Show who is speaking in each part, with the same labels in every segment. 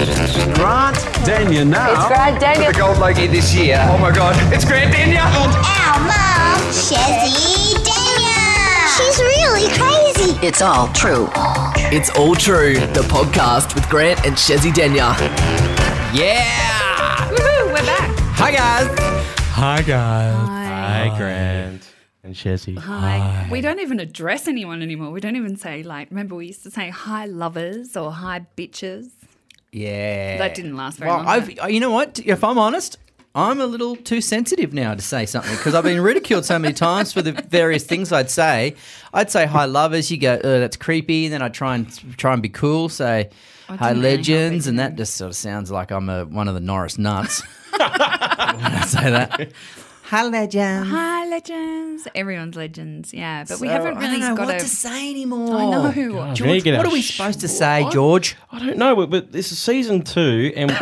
Speaker 1: Grant Denya now.
Speaker 2: It's Grant Daniel.
Speaker 3: The gold lady this year. Oh my god, it's Grand Daniel!
Speaker 4: Our Oh, mom, Shazzy Daniel. She's really crazy.
Speaker 5: It's all true.
Speaker 6: It's All True, the podcast with Grant and Shezzy Denya. Yeah!
Speaker 2: Woohoo, we're back.
Speaker 6: Hi, guys!
Speaker 7: Hi guys.
Speaker 2: Hi.
Speaker 7: Grant.
Speaker 8: and Shazzy.
Speaker 2: Hi. We don't even address anyone anymore. We don't even say, like, remember we used to say hi lovers or hi bitches?
Speaker 8: Yeah.
Speaker 2: That didn't last very
Speaker 8: Well,
Speaker 2: long.
Speaker 8: I've, uh, you know what? If I'm honest, I'm a little too sensitive now to say something because I've been ridiculed so many times for the various things I'd say. I'd say hi lovers, you go, oh, that's creepy, and then I try and try and be cool, say hi
Speaker 2: didn't really help
Speaker 8: legends,
Speaker 2: it,
Speaker 8: and
Speaker 2: did
Speaker 8: that just sort of sounds like I'm a, one of the Norris nuts. when I say that. Hi legends.
Speaker 2: Hi, legends. Everyone's legends, yeah. But we
Speaker 8: So,
Speaker 2: haven't
Speaker 8: Oh, I
Speaker 2: really
Speaker 8: don't know
Speaker 2: got
Speaker 8: what
Speaker 2: a.
Speaker 8: to say anymore.
Speaker 2: I know.
Speaker 7: There you
Speaker 8: George,
Speaker 7: get
Speaker 8: what
Speaker 7: a
Speaker 8: are we
Speaker 7: sh-
Speaker 8: supposed to say, George?
Speaker 7: I don't know, but, but this is season two, and what,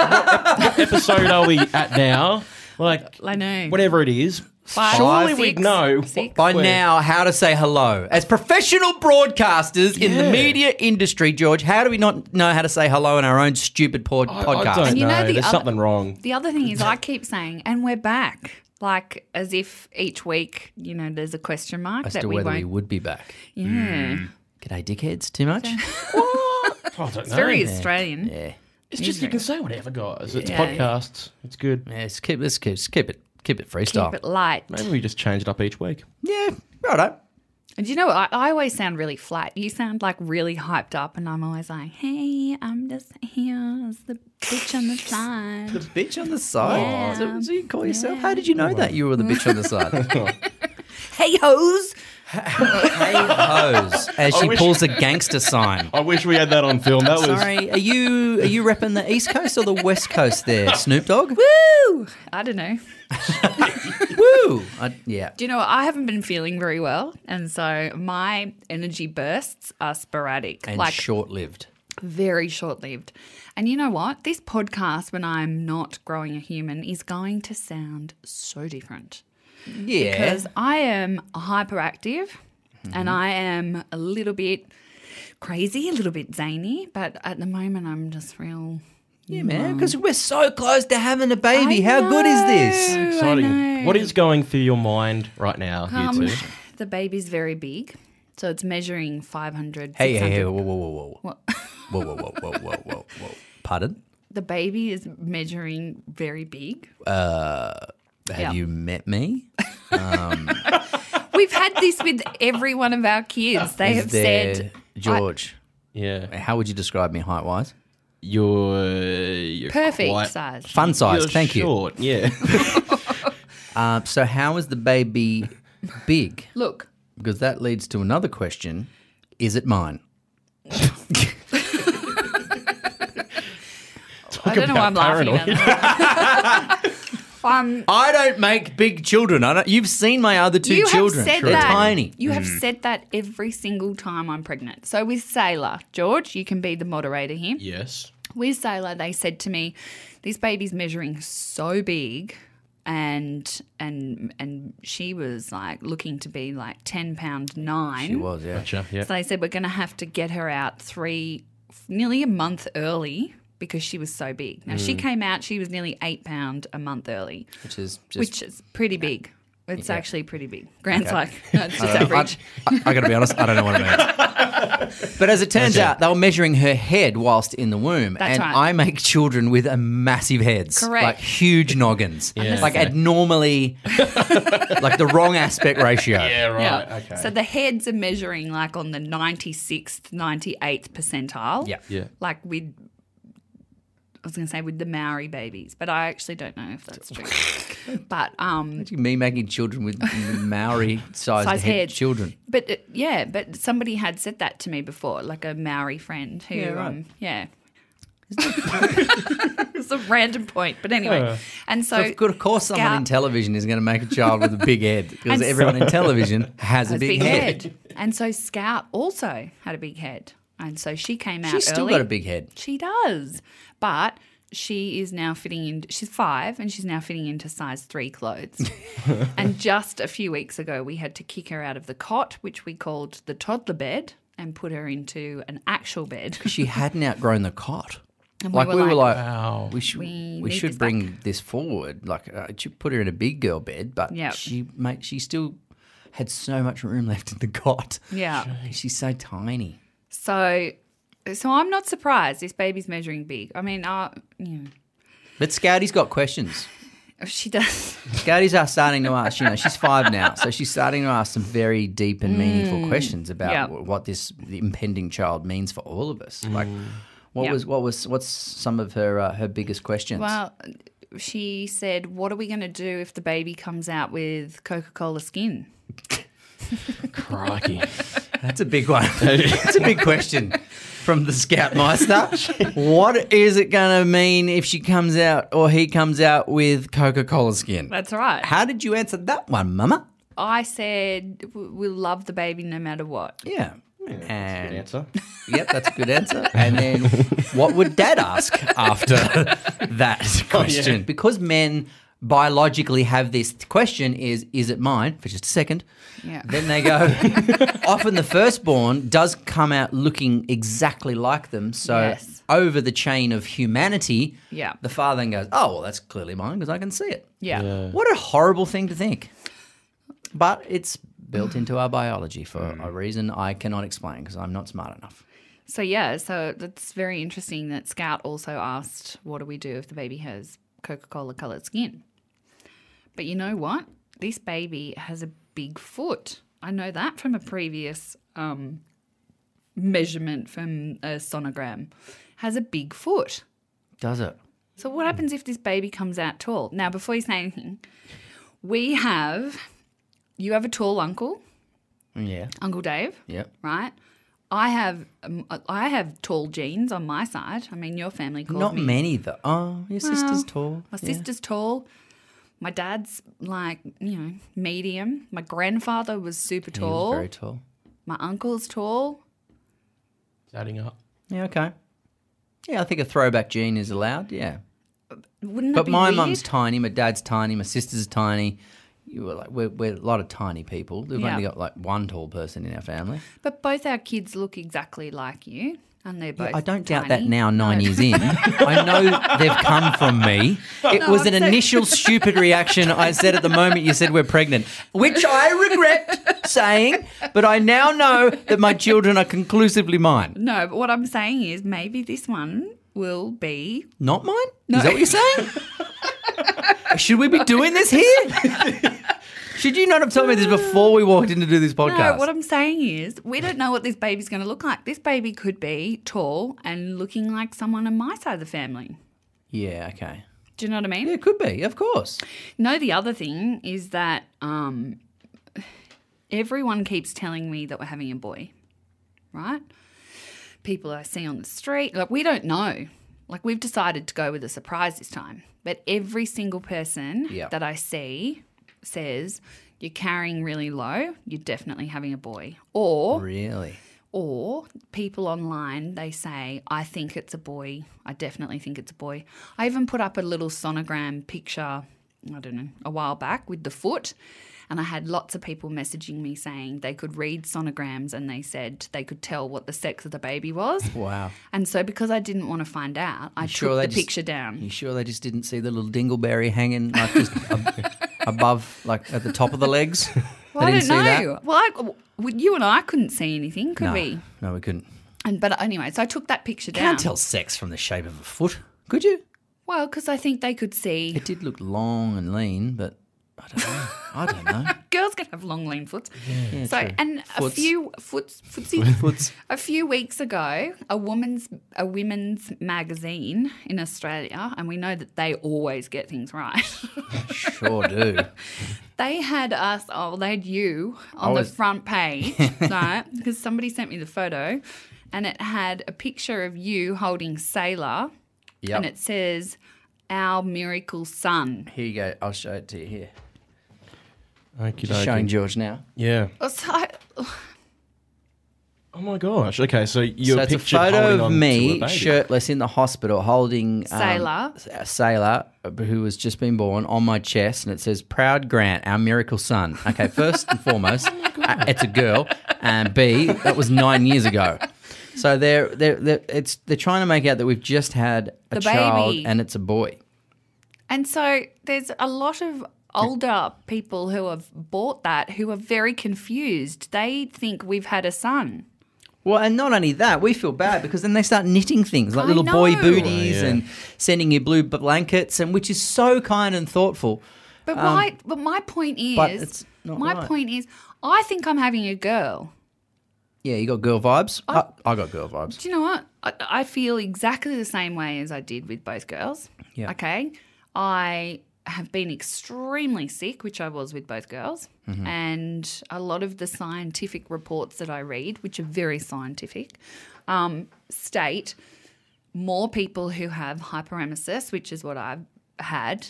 Speaker 7: what episode are we at now? Like,
Speaker 2: I know.
Speaker 7: whatever it is.
Speaker 2: Five,
Speaker 7: surely
Speaker 2: six,
Speaker 7: we'd know.
Speaker 2: six.
Speaker 8: by
Speaker 7: Where-
Speaker 8: now how to say hello. As professional broadcasters in the
Speaker 7: Yeah.
Speaker 8: media industry, George, how do we not know how to say hello in our own stupid pod-
Speaker 7: I,
Speaker 8: podcast?
Speaker 7: I don't
Speaker 2: And you know
Speaker 7: know.
Speaker 2: the
Speaker 7: There's
Speaker 2: other-
Speaker 7: something wrong.
Speaker 2: The other thing is, I keep saying, and we're back, like as if each week, you know, there's a question mark
Speaker 8: As
Speaker 2: that
Speaker 8: to
Speaker 2: we
Speaker 8: whether
Speaker 2: won't.
Speaker 8: we would be back.
Speaker 2: yeah,
Speaker 8: G'day, dickheads. Too much?
Speaker 7: I don't
Speaker 8: Hmm.
Speaker 7: know.
Speaker 8: Oh,
Speaker 2: very Australian.
Speaker 7: it's just you can say whatever, guys. It's
Speaker 2: Yeah.
Speaker 7: podcasts. It's good.
Speaker 8: Yeah, let's keep, let's keep, let's keep it, keep it freestyle.
Speaker 2: Keep it light.
Speaker 7: Maybe we just change it up each week.
Speaker 8: Yeah, righto.
Speaker 2: And you know, I, I always sound really flat. You sound like really hyped up, and I'm always like, "Hey, I'm just here as the bitch on the
Speaker 8: The
Speaker 2: side."
Speaker 8: bitch on the side.
Speaker 2: Yeah.
Speaker 8: So, so you call yourself? How did you know that you were the bitch on the side?
Speaker 2: hey hoes!
Speaker 8: hey hoes, as she
Speaker 7: wish-
Speaker 8: pulls a gangster sign.
Speaker 7: I wish we had that on film. That was
Speaker 8: Sorry, are you are you repping the East Coast or the West Coast there, Snoop Dogg?
Speaker 2: Woo! I don't know.
Speaker 8: Woo! I, yeah.
Speaker 2: Do you know what? I haven't been feeling very well, and so my energy bursts are sporadic,
Speaker 8: and
Speaker 2: like
Speaker 8: short lived.
Speaker 2: very short lived. And you know what? This podcast, when I'm not growing a human, is going to sound so different
Speaker 8: Yeah.
Speaker 2: because I am hyperactive
Speaker 8: Mm-hmm.
Speaker 2: and I am a little bit crazy, a little bit zany, but at the moment I'm just real.
Speaker 8: Yeah,
Speaker 2: Mm.
Speaker 8: man. Because we're so close to having a baby. How good is this?
Speaker 7: exciting. What is going through your mind right now,
Speaker 2: Um,
Speaker 7: you two?
Speaker 2: the baby's very big, so it's measuring 500.
Speaker 8: Hey, hey,
Speaker 2: 600.
Speaker 8: hey, whoa, whoa, whoa, whoa. Whoa, whoa, whoa, whoa, whoa, whoa, whoa. Pardon?
Speaker 2: The baby is measuring very big.
Speaker 8: Have
Speaker 2: Yeah.
Speaker 8: you met me?
Speaker 2: We've had this with every one of our kids. They
Speaker 8: Is
Speaker 2: have
Speaker 8: there-
Speaker 2: said
Speaker 8: George,
Speaker 7: Yeah,
Speaker 8: how would you describe me height wise?
Speaker 7: you're, you're
Speaker 2: perfect
Speaker 7: quite-
Speaker 2: size.
Speaker 8: Fun size,
Speaker 7: You're
Speaker 8: thank
Speaker 7: short, Yeah,
Speaker 8: you. Um, so, how is the baby big?
Speaker 2: Look,
Speaker 8: Because that leads to another question Is it mine?
Speaker 2: I don't know why I'm laughing
Speaker 7: paranoid.
Speaker 2: at that. um,
Speaker 8: I don't make big children. I don't, you've seen my other two
Speaker 2: you
Speaker 8: children.
Speaker 2: have said
Speaker 8: They're
Speaker 2: that.
Speaker 8: tiny.
Speaker 2: You have said that every single time I'm pregnant. So with Sailor, George, you can be the moderator here.
Speaker 7: yes.
Speaker 2: With Sailor, they said to me, "This baby's measuring so big." And and and she was like looking to be like ten pound nine.
Speaker 8: She was, yeah.
Speaker 7: Gotcha. Yeah.
Speaker 2: So they said we're going to have to get her out three, nearly a month early because she was so big. Now
Speaker 8: Mm.
Speaker 2: she came out, she was nearly eight pound a month early,
Speaker 8: Which is just
Speaker 2: which is pretty big. It's actually pretty big. Grant's like, no, it's just average.
Speaker 8: Uh, I, I gotta be honest, I don't know what it means. But as it turns out, they were measuring her head whilst in the womb,
Speaker 2: That's
Speaker 8: and
Speaker 2: right.
Speaker 8: I make children with a massive heads,
Speaker 2: Correct.
Speaker 8: like huge noggins,
Speaker 7: Yeah.
Speaker 8: like abnormally, like the wrong aspect ratio.
Speaker 7: Yeah. Right.
Speaker 2: Yeah.
Speaker 7: Okay.
Speaker 2: So the heads are measuring like on the 96th, 98th percentile.
Speaker 8: Yeah.
Speaker 7: yeah.
Speaker 2: Like with, I was going to say with the Maori babies, but I actually don't know if that's true. but um,
Speaker 8: Imagine Me making children with Maori-sized
Speaker 2: Sized
Speaker 8: head
Speaker 2: heads.
Speaker 8: children.
Speaker 2: But uh, yeah, but somebody had said that to me before, like a Maori friend who, yeah,
Speaker 8: right.
Speaker 2: um, yeah. it's a random point, but anyway, and so,
Speaker 8: Of course- of course, someone
Speaker 2: Scout-
Speaker 8: in television is going to make a child with a big head because
Speaker 2: And-
Speaker 8: everyone in television has,
Speaker 2: has
Speaker 8: a big, head.
Speaker 2: and so Scout also had a big head, and so she came out.
Speaker 8: She's still
Speaker 2: early.
Speaker 8: got a big head.
Speaker 2: She does, but she is now fitting in. She's five, and she's now fitting into size three clothes. and just a few weeks ago, we had to kick her out of the cot, which we called the toddler bed, and put her into an actual bed.
Speaker 8: She hadn't outgrown the cot.
Speaker 2: And
Speaker 8: Like we were like,
Speaker 7: Wow.
Speaker 8: we should
Speaker 2: we
Speaker 8: we,
Speaker 2: need
Speaker 8: should
Speaker 2: this
Speaker 8: bring this forward. Like uh, it should put her in a big girl bed, but
Speaker 2: Yep.
Speaker 8: she mate, she still had so much room left in the cot.
Speaker 2: yeah.
Speaker 8: She's so tiny.
Speaker 2: So, so I'm not surprised this baby's measuring big. I mean, uh, you know,
Speaker 8: But Scouty's got questions.
Speaker 2: she does.
Speaker 8: Scouties are starting to ask, you know, she's five now, so she's starting to ask some very deep and meaningful questions about
Speaker 2: Mm. Yeah.
Speaker 8: wh- what this the impending child means for all of us. Like, what
Speaker 2: Yeah.
Speaker 8: was what was what's some of her uh, her biggest questions?
Speaker 2: Well, she said, "What are we going to do if the baby comes out with Coca-Cola skin?"
Speaker 7: Crikey.
Speaker 8: That's a big one. That's a big question from the Scoutmeister. what is it going to mean if she comes out or he comes out with Coca Cola skin?
Speaker 2: That's right.
Speaker 8: How did you answer that one, Mama?
Speaker 2: I said, "W- "We'll love the baby no matter what."
Speaker 8: Yeah.
Speaker 7: Good
Speaker 8: and
Speaker 7: answer.
Speaker 8: yep, that's a good answer. And then what would dad ask after that question? Because men biologically have this question is is it mine for just a second
Speaker 2: Yeah.
Speaker 8: then they go often the firstborn does come out looking exactly like them so
Speaker 2: Yes.
Speaker 8: over the chain of humanity
Speaker 2: Yeah.
Speaker 8: the father then goes oh well that's clearly mine because i can see it
Speaker 2: Yeah.
Speaker 8: what a horrible thing to think. But it's built into our biology for a reason I cannot explain because I'm not smart enough.
Speaker 2: So yeah, so that's very interesting that Scout also asked, "What do we do if the baby has Coca-Cola colored skin?" But you know what? This baby has a big foot. I know that from a previous um, measurement from a sonogram. Has a big foot.
Speaker 8: Does it?
Speaker 2: So what happens if this baby comes out tall? Now, before you say anything, we have you have a tall uncle,
Speaker 8: Yeah.
Speaker 2: Uncle Dave
Speaker 8: Yep.
Speaker 2: right? I have um, I have tall jeans on my side. I mean, your family calls
Speaker 8: Not
Speaker 2: me.
Speaker 8: many though. Oh, your sister's tall.
Speaker 2: My
Speaker 8: Yeah.
Speaker 2: sister's tall. My dad's like you know medium. My grandfather was super
Speaker 8: He was
Speaker 2: tall.
Speaker 8: very tall.
Speaker 2: my uncle's tall.
Speaker 7: It's adding up.
Speaker 8: Yeah. Okay. Yeah, I think a throwback gene is allowed. Yeah.
Speaker 2: Wouldn't that
Speaker 8: But
Speaker 2: be
Speaker 8: my
Speaker 2: weird?
Speaker 8: mum's tiny, my dad's tiny, my sister's tiny. You were like we're, we're a lot of tiny people. We've
Speaker 2: Yeah.
Speaker 8: only got like one tall person in our family.
Speaker 2: but both our kids look exactly like you, and they're both.
Speaker 8: I don't doubt that
Speaker 2: tiny.
Speaker 8: now, nine
Speaker 2: No.
Speaker 8: years in. I know they've come from me. It was
Speaker 2: I'm
Speaker 8: an
Speaker 2: so-
Speaker 8: initial stupid reaction I said at the moment you said we're pregnant, which I regret saying, but I now know that my children are conclusively mine.
Speaker 2: No, but what I'm saying is maybe this one will be.
Speaker 8: Not mine? Is that what you're saying? Should we be doing this here? Should you not have told me this before we walked in to do this
Speaker 2: Uh, No,
Speaker 8: podcast?
Speaker 2: what I'm saying is we don't know what this baby's going to look like. This baby could be tall and looking like someone on my side of the family.
Speaker 8: yeah, okay.
Speaker 2: Do you know what I mean?
Speaker 8: Yeah, it could be, of course.
Speaker 2: No, the other thing is that um, everyone keeps telling me that we're having a boy, right? People I see on the street, like we don't know. Like we've decided to go with a surprise this time, but every single person
Speaker 8: Yeah.
Speaker 2: that I see says you're carrying really low. You're definitely having a boy, or
Speaker 8: Really?
Speaker 2: or people online they say i think it's a boy i definitely think it's a boy i even put up a little sonogram picture i don't know a while back with the foot and i had lots of people messaging me saying they could read sonograms and they said they could tell what the sex of the baby was
Speaker 8: Wow.
Speaker 2: and so because i didn't want to find out i
Speaker 8: sure
Speaker 2: took
Speaker 8: they
Speaker 2: the
Speaker 8: just-
Speaker 2: picture down
Speaker 8: You sure they just didn't see the little dingleberry hanging like just ab- above, like at the top of the legs?
Speaker 2: well, i
Speaker 8: they
Speaker 2: don't
Speaker 8: didn't
Speaker 2: know
Speaker 8: see that.
Speaker 2: well I, well, you and i couldn't see anything could
Speaker 8: no,
Speaker 2: we
Speaker 8: no, we couldn't.
Speaker 2: and but anyway so i took that picture
Speaker 8: You
Speaker 2: down
Speaker 8: Can't tell sex from the shape of a foot, could you?
Speaker 2: well because i think they could see
Speaker 8: It did look long and lean, but I don't know. I don't know.
Speaker 2: girls can have long lean foots. so
Speaker 8: true.
Speaker 2: and
Speaker 8: Foots.
Speaker 2: a few foots footsies. A few weeks ago, a woman's a women's magazine in Australia, and we know that they always get things right.
Speaker 8: Sure do.
Speaker 2: they had us, oh, they had you on
Speaker 8: was-
Speaker 2: the front page, right? Because somebody sent me the photo, and it had a picture of you holding Sailor,
Speaker 8: Yep.
Speaker 2: and it says, "Our miracle son."
Speaker 8: Here you go. I'll show it to you here.
Speaker 7: Okie
Speaker 8: Just
Speaker 7: dokie.
Speaker 8: showing George now.
Speaker 7: Yeah.
Speaker 2: Oh, So,
Speaker 7: Oh my gosh. Okay, so you're
Speaker 8: so it's a
Speaker 7: pictured holding
Speaker 8: photo of
Speaker 7: on to a
Speaker 8: me
Speaker 7: baby.
Speaker 8: shirtless in the hospital holding um,
Speaker 2: Sailor.
Speaker 8: a sailor who has just been born on my chest, and it says "Proud Grant, our miracle son." Okay, first and foremost, uh, it's a girl, and B, that was nine years ago. So they're they're, they're it's they're trying to make out that we've just had a
Speaker 2: The
Speaker 8: child
Speaker 2: baby.
Speaker 8: and it's a boy.
Speaker 2: And so there's a lot of older people who have bought that who are very confused. They think we've had a son.
Speaker 8: Well, and not only that, we feel bad because then they start knitting things like
Speaker 2: I
Speaker 8: little boy
Speaker 2: know.
Speaker 8: booties
Speaker 7: Oh, yeah.
Speaker 8: and sending you blue blankets, and which is so kind and thoughtful.
Speaker 2: But why? But my point
Speaker 8: Um,
Speaker 2: is,
Speaker 8: but it's not
Speaker 2: my
Speaker 8: right.
Speaker 2: point is, I think I'm having a girl.
Speaker 8: Yeah, you got girl vibes. I, I got girl vibes.
Speaker 2: Do you know what? I, I feel exactly the same way as I did with both girls.
Speaker 8: Yeah.
Speaker 2: Okay. I have been extremely sick, which I was with both girls. And a lot of the scientific reports that I read, which are very scientific, um, state more people who have hyperemesis, which is what I've had,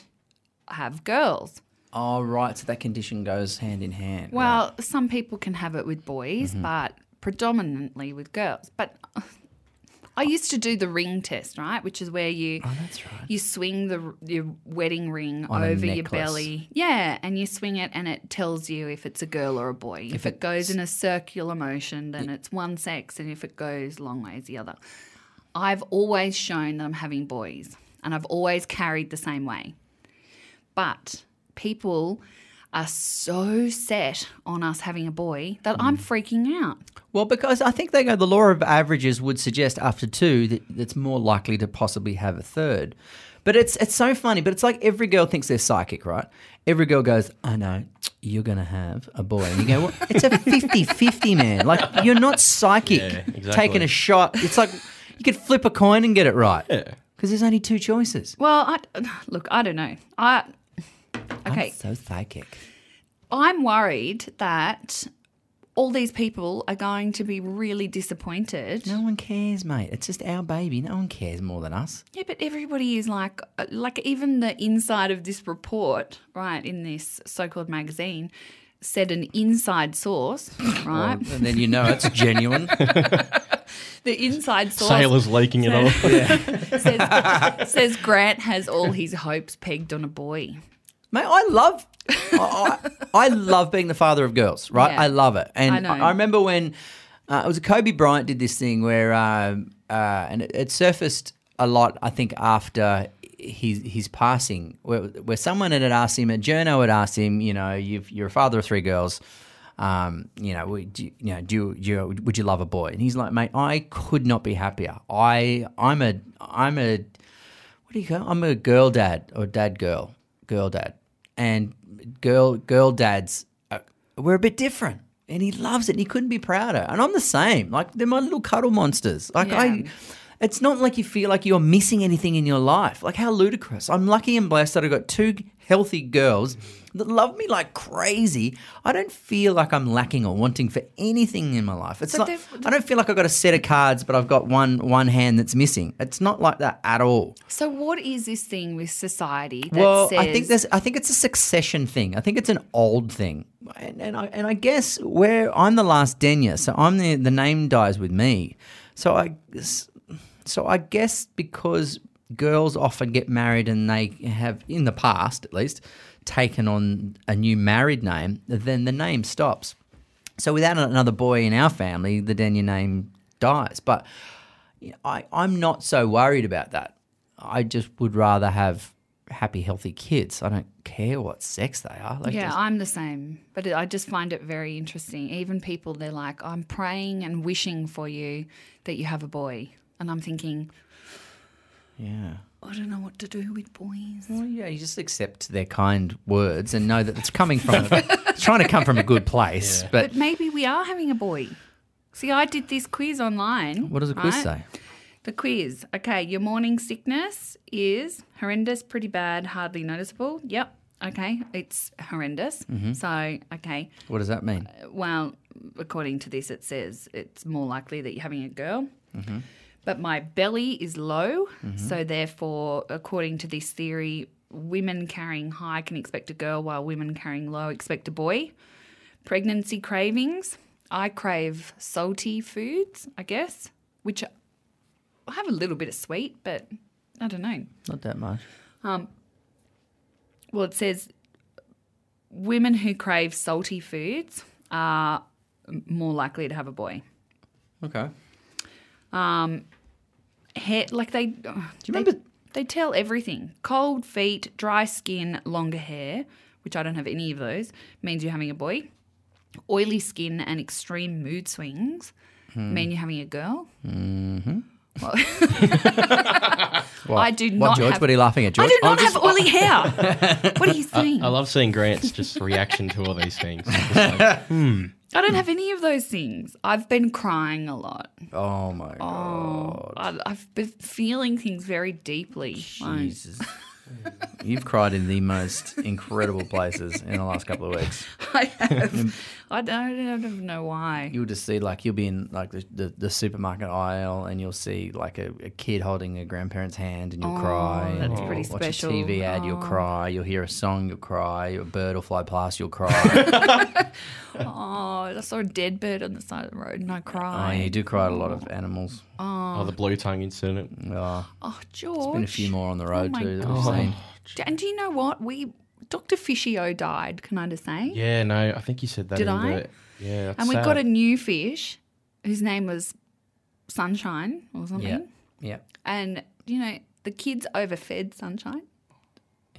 Speaker 2: have girls.
Speaker 8: Oh right, so that condition goes hand in hand. right. Mm-hmm.
Speaker 2: Well, some people can have it with boys, but predominantly with girls. But I used to do the ring test, right? Which is where you you swing the your wedding ring
Speaker 8: Oh, On a
Speaker 2: over your
Speaker 8: necklace.
Speaker 2: belly. Yeah, and you swing it and it tells you if it's a girl or a boy. If, it goes in a circular motion, then it's one sex, and if it goes long ways the other. I've always shown that I'm having boys, and I've always carried the same way. But people are so set on us having a boy that
Speaker 8: Mm.
Speaker 2: I'm freaking out.
Speaker 8: Well, because I think they go, the law of averages would suggest after two that that's more likely to possibly have a third. But it's it's so funny. But it's like every girl thinks they're psychic, right? Every girl goes, I know, you're going to have a boy. And you go, well, it's a 50 50, man. Like, you're not psychic
Speaker 7: exactly.
Speaker 8: taking a shot. It's like you could flip a coin and get it right. Yeah. Because there's only two choices.
Speaker 2: Well, I, look, I don't know. I okay.
Speaker 8: I'm so psychic.
Speaker 2: I'm worried that all these people are going to be really disappointed.
Speaker 8: No one cares, mate. It's just our baby. No one cares more than us.
Speaker 2: Yeah, but everybody is like, uh, like even the inside of this report, right, in this so-called magazine, said an inside source, right?
Speaker 8: And then you know it's genuine.
Speaker 2: the inside source
Speaker 7: Sailors leaking it off.
Speaker 2: says, says Grant has all his hopes pegged on a boy.
Speaker 8: Mate, I love, I, I I love being the father of girls, right?
Speaker 2: Yeah.
Speaker 8: I love it, and
Speaker 2: I know.
Speaker 8: I, I remember when uh, it was Kobe Bryant did this thing where, um, uh, and it, it surfaced a lot, I think, after his his passing, where, where someone had asked him, a journo had asked him, you know, you've, you're a father of three girls. Um, you know, would you, you know, do you, do you, would you love a boy? And he's like, mate, I could not be happier. I, I'm a, I'm a what do you call? I'm a girl dad or dad girl, girl dad, and girl girl dads. Are, we're a bit different, and he loves it, and he couldn't be prouder. And I'm the same. Like they're my little cuddle monsters. Like
Speaker 2: Yeah.
Speaker 8: I. It's not like you feel like you're missing anything in your life. Like how ludicrous! I'm lucky and blessed that I got two healthy girls that love me like crazy. I don't feel like I'm lacking or wanting for anything in my life. It's
Speaker 2: But
Speaker 8: not.
Speaker 2: they've-
Speaker 8: I don't feel like I've got a set of cards, but I've got one one hand that's missing. It's not like that at all.
Speaker 2: So what is this thing with society that
Speaker 8: Well,
Speaker 2: says
Speaker 8: I think there's. I think it's a succession thing. I think it's an old thing, and and I, and I guess where I'm the last Denya, so I'm the the name dies with me. So I, so I guess because girls often get married and they have in the past at least taken on a new married name, then the name stops. So without another boy in our family, the Denya name dies. But I, I'm not so worried about that. I just would rather have happy, healthy kids. I don't care what sex they are. Like,
Speaker 2: Yeah,
Speaker 8: just-
Speaker 2: I'm the same, but I just find it very interesting. Even people, they're like, I'm praying and wishing for you that you have a boy. And I'm thinking,
Speaker 8: yeah.
Speaker 2: I don't know what to do with boys.
Speaker 8: Well, yeah, you just accept their kind words and know that it's coming from, it's trying to come from a good place. But
Speaker 2: But maybe we are having a boy. See, I did this quiz online.
Speaker 8: what does the quiz
Speaker 2: right?
Speaker 8: say?
Speaker 2: The quiz. Okay, your morning sickness is horrendous, pretty bad, hardly noticeable. Yep. Okay, it's horrendous.
Speaker 8: Mm-hmm.
Speaker 2: So, okay.
Speaker 8: What does that mean?
Speaker 2: well, according to this, it says it's more likely that you're having a girl. But my belly is low, so therefore, according to this theory, women carrying high can expect a girl, while women carrying low expect a boy. Pregnancy cravings. I crave salty foods, I guess, which I have a little bit of sweet, but I don't know.
Speaker 8: Not that much.
Speaker 2: Well, it says women who crave salty foods are m- more likely to have a boy.
Speaker 8: Okay.
Speaker 2: Hair, like they, do you
Speaker 8: remember-
Speaker 2: They tell everything: cold feet, dry skin, longer hair, which I don't have any of those. Means you're having a boy. Oily skin and extreme mood swings
Speaker 8: Hmm.
Speaker 2: mean you're having a girl. Mm-hmm. Well, I do
Speaker 8: What,
Speaker 2: not.
Speaker 8: George?
Speaker 2: have,
Speaker 8: What are you laughing at, George?
Speaker 2: I do not have oily hair. what are you saying?
Speaker 7: I love seeing Grant's just reaction to all these things.
Speaker 2: I don't have any of those things. I've been crying a lot.
Speaker 8: Oh, my God.
Speaker 2: I, I've been feeling things very deeply. Like,
Speaker 8: Jesus. You've cried in the most incredible places in the last couple of weeks.
Speaker 2: I have. I don't, I don't know why.
Speaker 8: You'll just see, like, you'll be in, like, the, the, the supermarket aisle and you'll see, like, a, a kid holding a grandparent's hand and you'll cry.
Speaker 2: Oh, that's
Speaker 8: and
Speaker 2: pretty
Speaker 8: watch
Speaker 2: special.
Speaker 8: a
Speaker 2: Oh.
Speaker 8: TV ad, you'll cry. You'll hear a song, you'll cry. A bird will fly past, you'll cry.
Speaker 2: Oh, I saw a dead bird on the side of the road and I
Speaker 8: oh,
Speaker 2: cried.
Speaker 8: you do cry at a lot of animals.
Speaker 7: Oh, the blue tongue incident.
Speaker 8: Oh,
Speaker 2: Oh, George.
Speaker 8: been a few more on the road,
Speaker 2: Oh my
Speaker 8: too, that we've seen.
Speaker 2: D- And do you know what? We Dr. Fishio died, can I just say?
Speaker 7: Yeah, no, I think you said that.
Speaker 2: Did
Speaker 7: in
Speaker 2: I?
Speaker 7: The, yeah, that's
Speaker 2: and we
Speaker 7: sad.
Speaker 2: got a new fish whose name was Sunshine or something.
Speaker 8: Yeah. Yep.
Speaker 2: And, you know, the kids overfed Sunshine.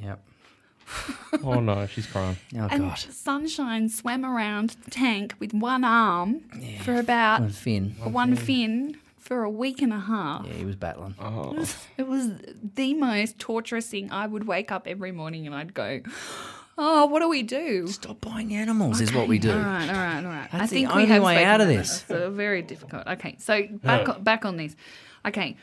Speaker 8: Yep.
Speaker 7: Oh no, she's crying.
Speaker 8: Oh,
Speaker 2: And
Speaker 8: God.
Speaker 2: Sunshine swam around the tank with one arm for about
Speaker 8: And Finn.
Speaker 2: one fin for a week and a half.
Speaker 8: Yeah, he was battling.
Speaker 2: It was the most torturous thing. I would wake up every morning and I'd go, "Oh, what do we do?"
Speaker 8: Stop buying animals is what we do.
Speaker 2: All right, all right, all right. I
Speaker 8: That's the
Speaker 2: think we
Speaker 8: only
Speaker 2: have
Speaker 8: way
Speaker 2: spoken
Speaker 8: out of
Speaker 2: about
Speaker 8: this.
Speaker 2: So very difficult. Okay, so back on, back on this. Okay,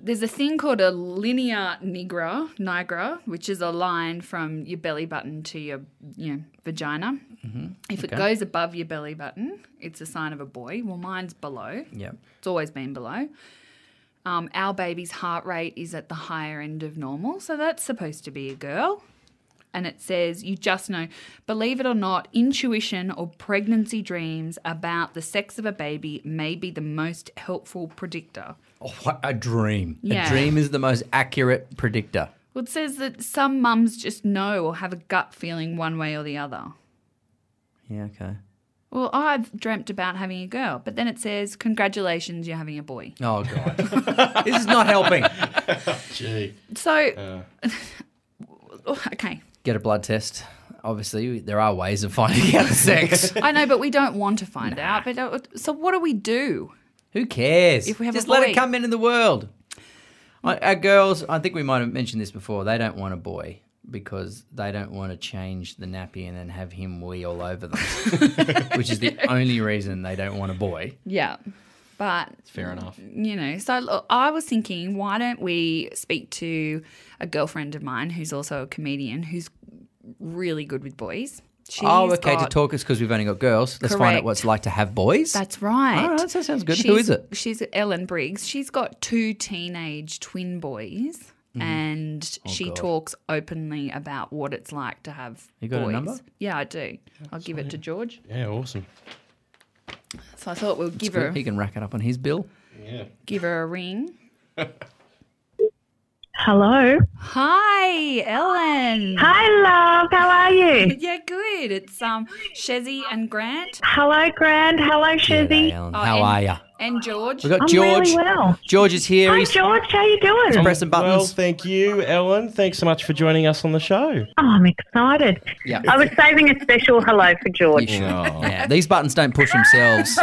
Speaker 2: there's a thing called a linea nigra, nigra, which is a line from your belly button to your you know, vagina.
Speaker 8: Mm-hmm.
Speaker 2: If it goes above your belly button, it's a sign of a boy. Well, mine's below.
Speaker 8: Yep.
Speaker 2: It's always been below. Um, our baby's heart rate is at the higher end of normal, so that's supposed to be a girl. And it says, you just know, believe it or not, intuition or pregnancy dreams about the sex of a baby may be the most helpful predictor.
Speaker 8: Oh, what a dream.
Speaker 2: Yeah.
Speaker 8: A dream is the most accurate predictor.
Speaker 2: Well, it says that some mums just know or have a gut feeling one way or the other.
Speaker 8: Yeah, okay.
Speaker 2: Well, I've dreamt about having a girl, but then it says, congratulations, you're having a boy.
Speaker 8: Oh, God. this is not helping.
Speaker 7: Gee.
Speaker 2: So, okay.
Speaker 8: Get a blood test. Obviously, there are ways of finding out sex.
Speaker 2: I know, but we don't want to find out. But uh, so, what do we do?
Speaker 8: Who cares?
Speaker 2: If we have a
Speaker 8: Just let
Speaker 2: boy.
Speaker 8: it come into the world. I- Our girls, I think we might have mentioned this before, they don't want a boy because they don't want to change the nappy and then have him wee all over them, which is the only reason they don't want a boy.
Speaker 2: Yeah, but
Speaker 7: Fair enough.
Speaker 2: you know, so look, I was thinking, why don't we speak to a girlfriend of mine who's also a comedian who's really good with boys? She's
Speaker 8: oh, okay, to
Speaker 2: got-
Speaker 8: talk us because we've only got girls. Let's find out what
Speaker 2: Correct.
Speaker 8: it's like to have boys.
Speaker 2: That's right.
Speaker 8: All right, that sounds good. Who
Speaker 2: She's-
Speaker 8: is it?
Speaker 2: She's Ellen Briggs. She's got two teenage twin boys,
Speaker 8: Mm-hmm.
Speaker 2: and
Speaker 8: Oh,
Speaker 2: she talks openly about what it's like to have.
Speaker 8: You got her
Speaker 2: boys.
Speaker 8: number?
Speaker 2: Yeah, I do. I'll give it to George.
Speaker 7: Yeah, awesome.
Speaker 2: So I thought we'll give her
Speaker 8: he can rack it up on his bill.
Speaker 7: Yeah.
Speaker 2: give her a ring.
Speaker 1: Hello.
Speaker 2: Hi, Ellen.
Speaker 1: Hi, love. How are you?
Speaker 2: Yeah, good. It's um Shezzy and Grant
Speaker 1: Hello, Grand. Hello, Shizzy.
Speaker 8: Alan.
Speaker 2: Oh,
Speaker 8: How
Speaker 2: and-
Speaker 8: are ya?
Speaker 2: and George.
Speaker 8: We've got
Speaker 1: I'm
Speaker 8: George.
Speaker 1: really well.
Speaker 8: George is here.
Speaker 1: Hi,
Speaker 8: He's
Speaker 1: George. How you doing?
Speaker 8: pressing buttons.
Speaker 7: Well, thank you, Ellen. Thanks so much for joining us on the show.
Speaker 1: Oh, I'm excited.
Speaker 8: Yeah.
Speaker 1: I was saving a special hello for George.
Speaker 8: Yeah, these buttons don't push themselves.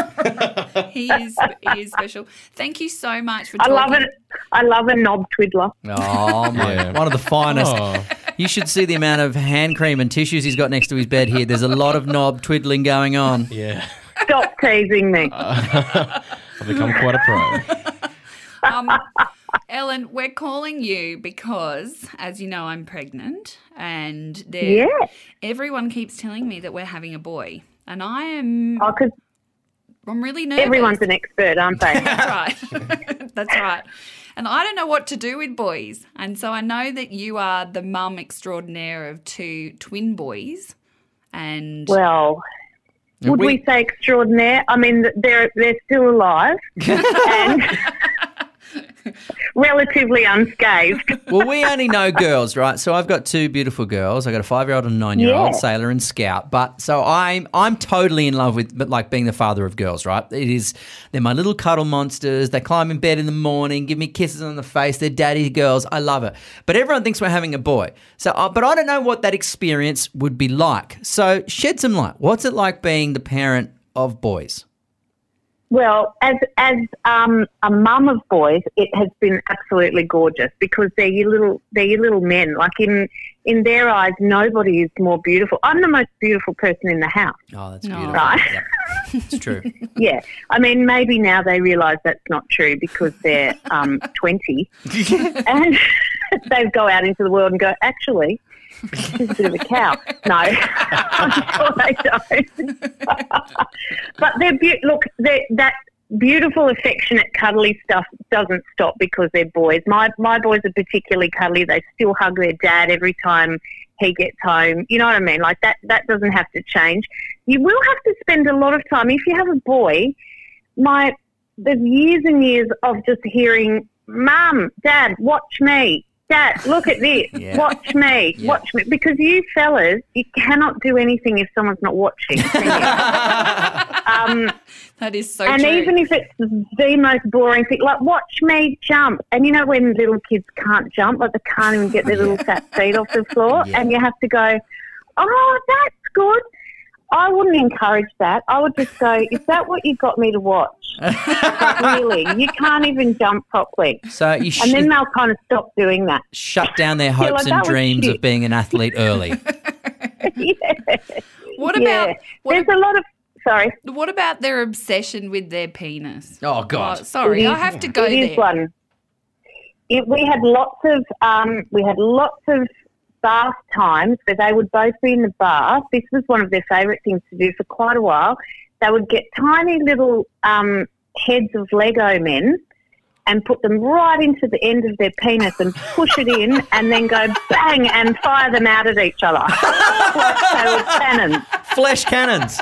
Speaker 2: He is he is special. Thank you so much for
Speaker 1: I
Speaker 2: talking.
Speaker 1: love it. I love a knob twiddler.
Speaker 8: Oh my!
Speaker 7: Yeah.
Speaker 8: One of the finest.
Speaker 7: Oh.
Speaker 8: You should see the amount of hand cream and tissues he's got next to his bed here. There's a lot of knob twiddling going on.
Speaker 7: Yeah.
Speaker 1: Stop teasing me.
Speaker 8: Uh,
Speaker 7: I've become quite a pro.
Speaker 2: Um, Ellen, we're calling you because, as you know, I'm pregnant, and there,
Speaker 1: Yeah.
Speaker 2: everyone keeps telling me that we're having a boy, and I am
Speaker 1: Oh, 'cause
Speaker 2: I'm really nervous.
Speaker 1: everyone's an expert, aren't they?
Speaker 2: That's right. That's right. And I don't know what to do with boys. And so I know that you are the mum extraordinaire of two twin boys. And
Speaker 1: well, would we, say extraordinaire? I mean, th- they're they're still alive. and relatively unscathed.
Speaker 8: Well, we only know girls, right? So I've got two beautiful girls. I've got a five-year-old and a nine-year-old,
Speaker 1: Yeah.
Speaker 8: Sailor and Scout. But so I'm I'm totally in love with but like being the father of girls, right? It is they're my little cuddle monsters. They climb in bed in the morning, give me kisses on the face. They're daddy girls. I love it. But everyone thinks we're having a boy. So, uh, but I don't know what that experience would be like. So shed some light. What's it like being the parent of boys?
Speaker 1: Well, as as um, a mum of boys, it has been absolutely gorgeous because they're your little they're your little men. Like in in their eyes, nobody is more beautiful. I'm the most beautiful person in the house.
Speaker 8: Oh, that's
Speaker 2: No.
Speaker 8: beautiful.
Speaker 1: Right.
Speaker 8: Yeah. It's true.
Speaker 1: Yeah, I mean, maybe now they realise that's not true because they're um, twenty, and they go out into the world and go, actually, she's a bit of a cow. No, I'm sure they don't. but they're be- look they that beautiful, affectionate, cuddly stuff doesn't stop because they're boys. My my boys are particularly cuddly. They still hug their dad every time he gets home. You know what I mean? Like that that doesn't have to change. You will have to spend a lot of time if you have a boy. My there's years and years of just hearing, "Mum, Dad, watch me." Dad, look at this.
Speaker 8: Yeah.
Speaker 1: Watch me.
Speaker 8: Yeah.
Speaker 1: Watch me. Because you fellas, you cannot do anything if someone's not watching. can you? um,
Speaker 2: That is so
Speaker 1: and
Speaker 2: true.
Speaker 1: even if it's the most boring thing, like watch me jump. And you know when little kids can't jump, like they can't even get their little fat feet off the floor,
Speaker 8: Yeah.
Speaker 1: and you have to go, oh, that's good. I wouldn't encourage that. I would just go, is that what you got me to watch? Like, really, you can't even jump properly.
Speaker 8: So you
Speaker 1: And
Speaker 8: should-
Speaker 1: then they'll kind of stop doing that.
Speaker 8: shut down their
Speaker 1: You're
Speaker 8: hopes
Speaker 1: like, "That
Speaker 8: and
Speaker 1: was
Speaker 8: dreams
Speaker 1: cute."
Speaker 8: of being an athlete early.
Speaker 1: yeah.
Speaker 2: what
Speaker 1: Yeah.
Speaker 2: about what,
Speaker 1: There's a lot of. Sorry,
Speaker 2: what about their obsession with their penis?
Speaker 8: Oh, God.
Speaker 2: sorry,
Speaker 1: It
Speaker 2: I
Speaker 1: is-
Speaker 2: have to go
Speaker 1: it is
Speaker 2: there.
Speaker 1: one. It, we had lots of um, we had lots of bath times where they would both be in the bath. This was one of their favourite things to do for quite a while. They would get tiny little um, heads of Lego men and put them right into the end of their penis and push it in and then go bang and fire them out at each other. they were cannons.
Speaker 8: Flesh cannons.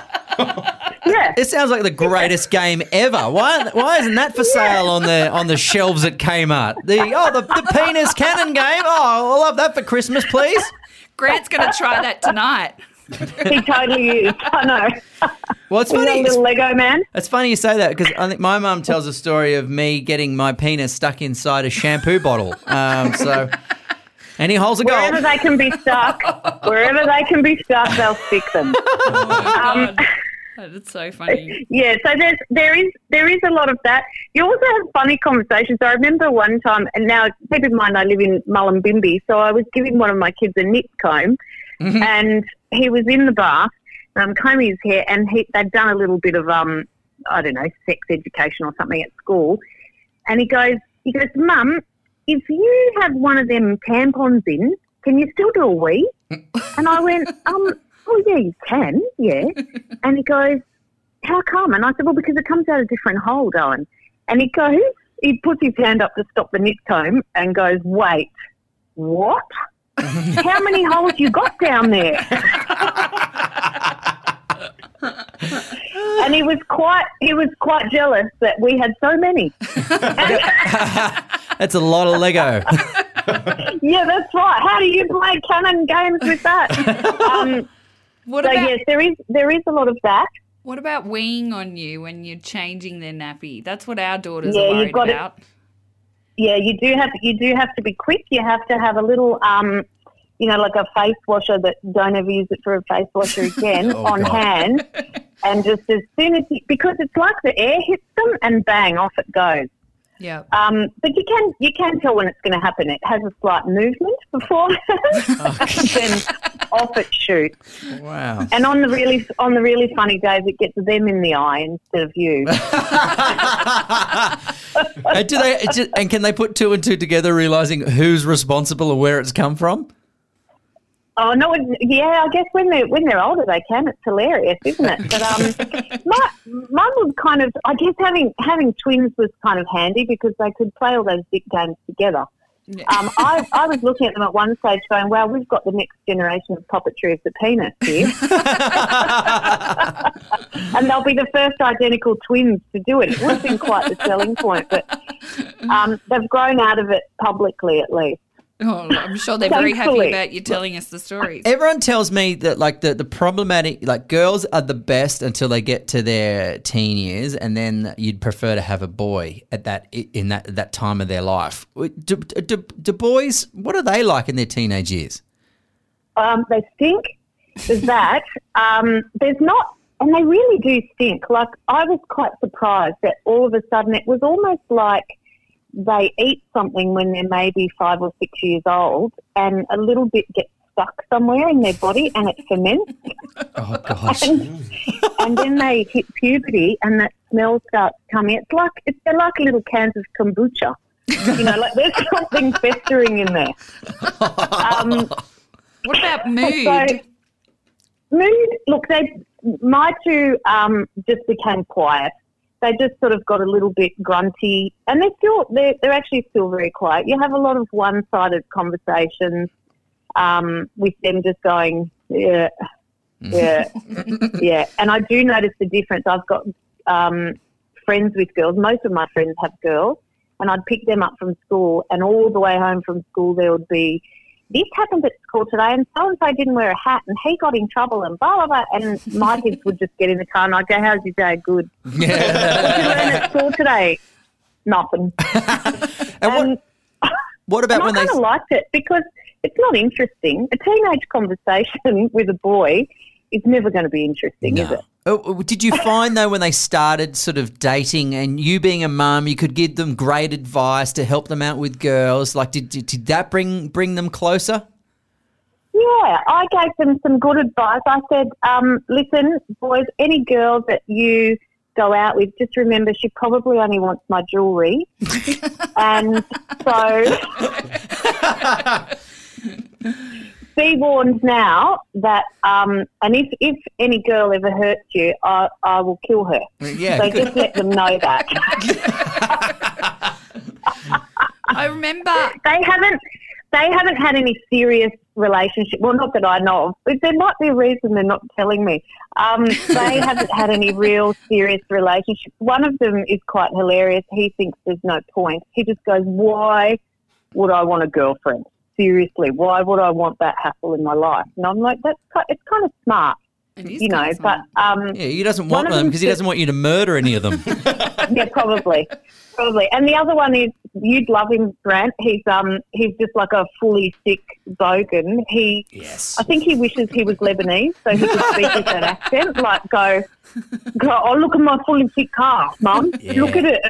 Speaker 1: Yeah.
Speaker 8: This sounds like the greatest game ever. Why? Why isn't that for sale on the on the shelves at Kmart? The oh the, the penis cannon game. Oh, I love that for Christmas, please.
Speaker 2: Grant's going to try that tonight.
Speaker 1: He totally used. I know.
Speaker 8: Well, it's
Speaker 1: He's a
Speaker 8: funny. It's,
Speaker 1: little Lego man.
Speaker 8: it's funny you say that because I think my mum tells a story of me getting my penis stuck inside a shampoo bottle. Um, so any holes are
Speaker 1: Wherever
Speaker 8: gold.
Speaker 1: they can be stuck, wherever they can be stuck, they'll stick them.
Speaker 8: Oh,
Speaker 1: Um,
Speaker 2: That's so funny.
Speaker 1: yeah, so there's there is there is a lot of that. You also have funny conversations. I remember one time, and now keep in mind I live in Mullumbimby, so I was giving one of my kids a nip comb, and he was in the bath, and I'm combing his hair, and he, they'd done a little bit of um I don't know sex education or something at school, and he goes he goes Mum, if you have one of them tampons in, can you still do a wee? and I went um. Oh yeah, you can, yeah. And he goes, how come? And I said, well, because it comes out a different hole, Owen. And he goes, he puts his hand up to stop the nip comb and goes, wait, what? how many holes you got down there? and he was quite he was quite jealous that we had so many.
Speaker 8: That's a lot of Lego.
Speaker 1: Yeah, that's right. How do you play cannon games with that? Um,
Speaker 2: What
Speaker 1: so
Speaker 2: about
Speaker 1: yes, there is there is a lot of that.
Speaker 2: what about weeing on you when you're changing their nappy? That's what our daughters
Speaker 1: Yeah,
Speaker 2: are
Speaker 1: you've
Speaker 2: worried
Speaker 1: got it.
Speaker 2: about.
Speaker 1: Yeah, you do have you do have to be quick. You have to have a little, um, you know, like a face washer that don't ever use it for a face washer again on hand, and just as soon as you, because it's like the air hits them and bang off it goes.
Speaker 2: Yeah.
Speaker 1: Um, but you can you can tell when it's going to happen. It has a slight movement before, then off it shoots.
Speaker 8: Wow.
Speaker 1: And on the really on the really funny days, it gets them in the eye instead of you.
Speaker 8: And do they? it's just- And can they put two and two together, realizing who's responsible or where it's come from?
Speaker 1: Oh no! it- Yeah, I guess when they're when they're older, they can. It's hilarious, isn't it? But um, my mum was kind of. I guess having having twins was kind of handy because they could play all those big games together. Um, I, I was looking at them at one stage, going, "Wow, we've got the next generation of puppetry of the penis here," and they'll be the first identical twins to do it. It would have been quite the selling point, but Um, they've grown out of it publicly, at least.
Speaker 2: Oh, I'm sure they're very happy
Speaker 1: Thankfully.
Speaker 2: about you telling us the stories.
Speaker 8: Everyone tells me that like the, the problematic like girls are the best until they get to their teen years, and then you'd prefer to have a boy at that in that that time of their life. Do, do, do boys? What are they like in their teenage years?
Speaker 1: Um, they stink. There's that. Um, there's not, and they really do stink. Like I was quite surprised that all of a sudden it was almost like they eat something when they're maybe five or six years old, and a little bit gets stuck somewhere in their body, and it ferments,
Speaker 8: Oh gosh,
Speaker 1: and, and then they hit puberty, and that smell starts coming. It's like it's, they're like little cans of kombucha. you know, like there's something festering in there. Um,
Speaker 2: What about mood?
Speaker 1: so, mood. Look, they my two um, just became quiet. They just sort of got a little bit grunty, and they're still they're, they're actually still very quiet. You have a lot of one-sided conversations um, with them, just going yeah, yeah, yeah. And I do notice the difference. I've got um, friends with girls. Most of my friends have girls, and I'd pick them up from school, and all the way home from school there would be this happened at school today, and so and so didn't wear a hat, and he got in trouble, and blah blah blah. And my kids would just get in the car, and I'd go, "How's your day? Good. What did you learn at school today? Nothing."
Speaker 8: and
Speaker 1: And,
Speaker 8: what what
Speaker 1: and
Speaker 8: about
Speaker 1: I
Speaker 8: when they?
Speaker 1: kind of liked it because it's not interesting. A teenage conversation with a boy is never going to be interesting, is it?
Speaker 8: Oh, oh, Did you find though when they started sort of dating and you being a mum, you could give them great advice to help them out with girls? Like, did did, did that bring bring them closer?
Speaker 1: Yeah, I gave them some good advice. I said, um, listen, boys, any girl that you go out with, just remember she probably only wants my jewellery. and so be warned now that, um, and if, if any girl ever hurts you, I, I will kill her.
Speaker 8: Yeah,
Speaker 1: So
Speaker 8: good.
Speaker 1: just let them know that.
Speaker 2: I remember
Speaker 1: they haven't they haven't had any serious relationship. Well, not that I know of, but there might be a reason they're not telling me. Um, they haven't had any real serious relationship. One of them is quite hilarious. He thinks there's no point. He just goes, "Why would I want a girlfriend? Seriously, why would I want that hassle in my life?" And I'm like, "That's ki- it's kind of smart,
Speaker 2: it is
Speaker 1: you know."
Speaker 2: kinda
Speaker 1: But
Speaker 2: smart.
Speaker 1: um,
Speaker 8: Yeah, he doesn't
Speaker 1: One
Speaker 8: want
Speaker 1: of
Speaker 8: them
Speaker 1: them
Speaker 8: because he
Speaker 1: said-
Speaker 8: doesn't want you to murder any of them.
Speaker 1: yeah, probably, probably. And the other one is you'd love him, Grant. He's um he's just like a fully sick bogan. He
Speaker 8: yes.
Speaker 1: I think he wishes he was Lebanese so he could speak with that accent. Like go, go. Oh look at my fully sick car, Mum. Look at it.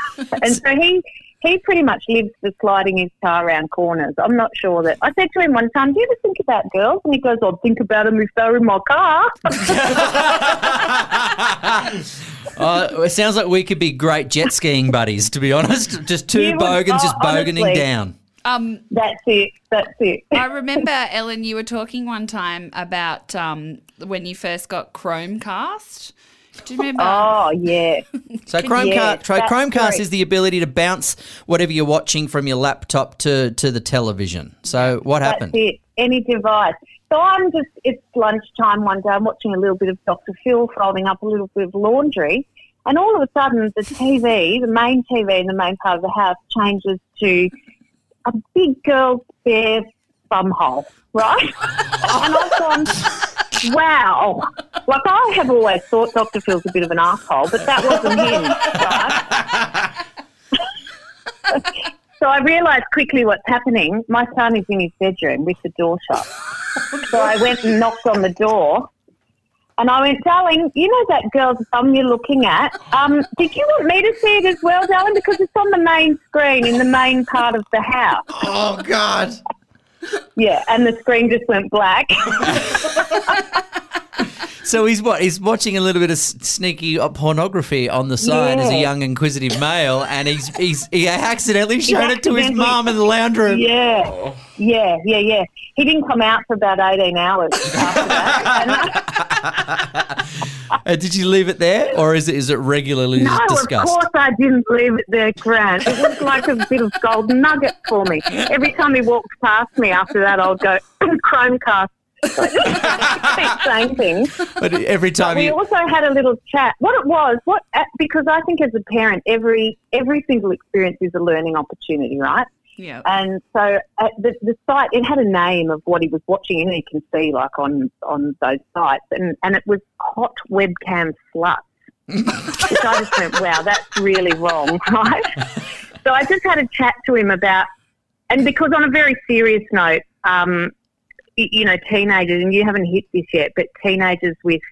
Speaker 1: and so he. He pretty much lives for sliding his car around corners. I'm not sure that. I said to him one time, Do you ever think about girls? And he goes, I'll think about them if they're in my car.
Speaker 8: Uh, it sounds like we could be great jet skiing buddies, to be honest. Just two
Speaker 1: You would-
Speaker 8: bogans just
Speaker 1: oh,
Speaker 8: boganing
Speaker 1: honestly.
Speaker 8: down.
Speaker 2: um,
Speaker 1: That's it. That's it.
Speaker 2: I remember Ellen, you were talking one time about um, when you first got Chromecast. Do you remember?
Speaker 1: Oh, yeah.
Speaker 8: So Chromecast, Chromecast
Speaker 1: that's great.
Speaker 8: is the ability to bounce whatever you're watching from your laptop to, to the television. So what happened?
Speaker 1: That's it. Any device. So I'm just, it's lunchtime one day, I'm watching a little bit of Dr. Phil folding up a little bit of laundry. And all of a sudden, the TV, the main TV in the main part of the house, changes to a big girl's bare bumhole, right? and I've gone, wow. Like, I have always thought Dr. Phil's a bit of an asshole, but that wasn't him, right? So I realised quickly what's happening. My son is in his bedroom with the door shut. so I went and knocked on the door. And I went, darling, you know that girl's bum you're looking at? Um, did you want me to see it as well, darling? Because it's on the main screen in the main part of the house.
Speaker 8: Oh God!
Speaker 1: Yeah, and the screen just went black.
Speaker 8: So he's what? He's watching a little bit of s- sneaky uh, pornography on the side as a
Speaker 1: Yeah.
Speaker 8: young inquisitive male, and he's he's he accidentally shown it to his
Speaker 1: accidentally-
Speaker 8: mum in the lounge room.
Speaker 1: Yeah, yeah, yeah, yeah. He didn't come out for about 18 hours after that. And I-
Speaker 8: Uh, did you leave it there, or is it is it regularly
Speaker 1: No,
Speaker 8: discussed?
Speaker 1: Oh, of course I didn't leave it there, Grant. It was like a bit of golden nugget for me. Every time he walked past me after that, I would go, Chromecast, keep saying things.
Speaker 8: But every time
Speaker 1: We
Speaker 8: you
Speaker 1: also had a little chat. What it was, what uh, because I think as a parent, every every single experience is a learning opportunity, right?
Speaker 2: Yeah.
Speaker 1: And so uh the, the site, it had a name of what he was watching, and you can see like on on those sites, and and it was hot webcam sluts. Which I just went, wow, that's really wrong, right? So I just had a chat to him about, and because on a very serious note, um, y- you know, teenagers, and you haven't hit this yet, but teenagers with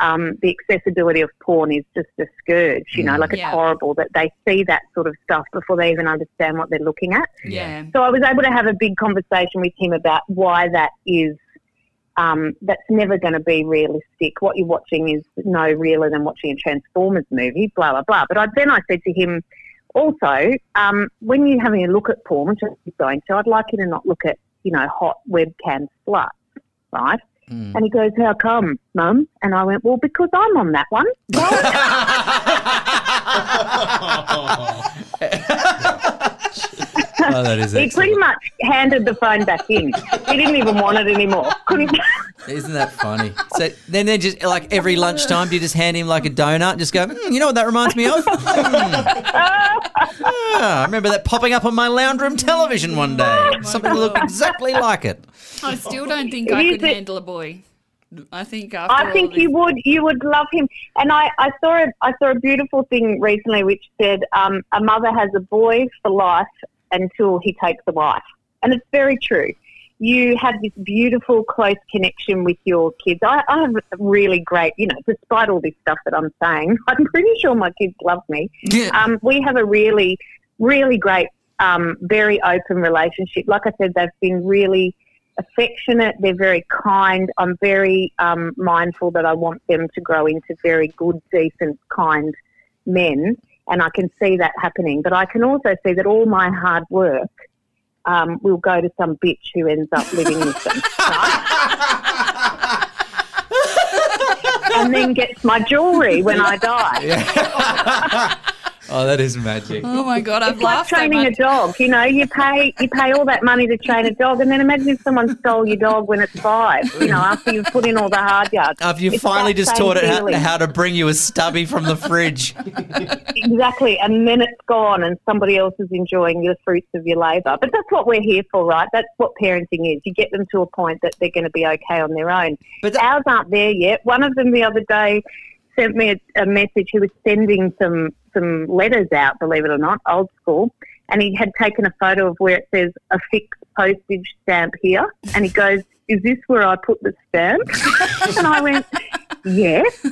Speaker 1: um, the accessibility of porn is just a scourge, you know, like
Speaker 2: Mm. Yeah.
Speaker 1: it's horrible that they see that sort of stuff before they even understand what they're looking at.
Speaker 2: yeah.
Speaker 1: So I was able to have a big conversation with him about why that is. Um, that's never going to be realistic. What you're watching is no realer than watching a Transformers movie. Blah blah blah. But I, then I said to him, also, um, when you're having a look at porn, which I'm going to, I'd like you to not look at you know hot webcam sluts, right? And he goes, "How come, Mum?" And I went, "Well, because I'm on that one."
Speaker 8: Oh, that is
Speaker 1: He pretty
Speaker 8: excellent.
Speaker 1: much handed the phone back in. he didn't even want it anymore. Couldn't.
Speaker 8: Isn't that funny? So then, then just like every lunchtime, do you just hand him like a donut? Just go, "Mm, you know what that reminds me of? Mm. Ah, I remember that popping up on my lounge room television one day.
Speaker 1: Oh
Speaker 8: Something that looked exactly like it.
Speaker 2: I still don't think
Speaker 1: It
Speaker 2: I
Speaker 1: is
Speaker 2: could
Speaker 1: a-
Speaker 2: handle a boy. I think after
Speaker 1: I
Speaker 2: all
Speaker 1: think
Speaker 2: this,
Speaker 1: you would you would love him. And I, I saw a, I saw a beautiful thing recently which said um, a mother has a boy for life until he takes a wife, and it's very true. You have this beautiful close connection with your kids. I, I have a really great, you know, despite all this stuff that I'm saying, I'm pretty sure my kids love me. Um, we have a really, really great, um, very open relationship. Like I said, they've been really affectionate. They're very kind. I'm very um, mindful that I want them to grow into very good, decent, kind men, and I can see that happening. But I can also see that all my hard work um, will go to some bitch who ends up living with them. right? and then gets my jewellery when I die.
Speaker 8: Oh, that is magic.
Speaker 2: Oh my god, I've
Speaker 1: It's like
Speaker 2: laughed so
Speaker 1: training a
Speaker 2: much.
Speaker 1: dog. You know, you pay you pay all that money to train a dog, and then imagine if someone stole your dog when it's five. You know, after you've put in all the hard yards.
Speaker 8: After you
Speaker 1: It's
Speaker 8: finally
Speaker 1: that
Speaker 8: just
Speaker 1: same
Speaker 8: taught it how,
Speaker 1: feeling.
Speaker 8: how to bring you a stubby from the fridge.
Speaker 1: exactly, and then it's gone, and somebody else is enjoying the fruits of your labour. But that's what we're here for, right? That's what parenting is. You get them to a point that they're going to be okay on their own.
Speaker 8: But that-
Speaker 1: ours aren't there yet. One of them the other day sent me a, a message. He was sending some some letters out, believe it or not, old school. And he had taken a photo of where it says a fixed postage stamp here, and he goes, "Is this where I put the stamp?" and I went, "Yes."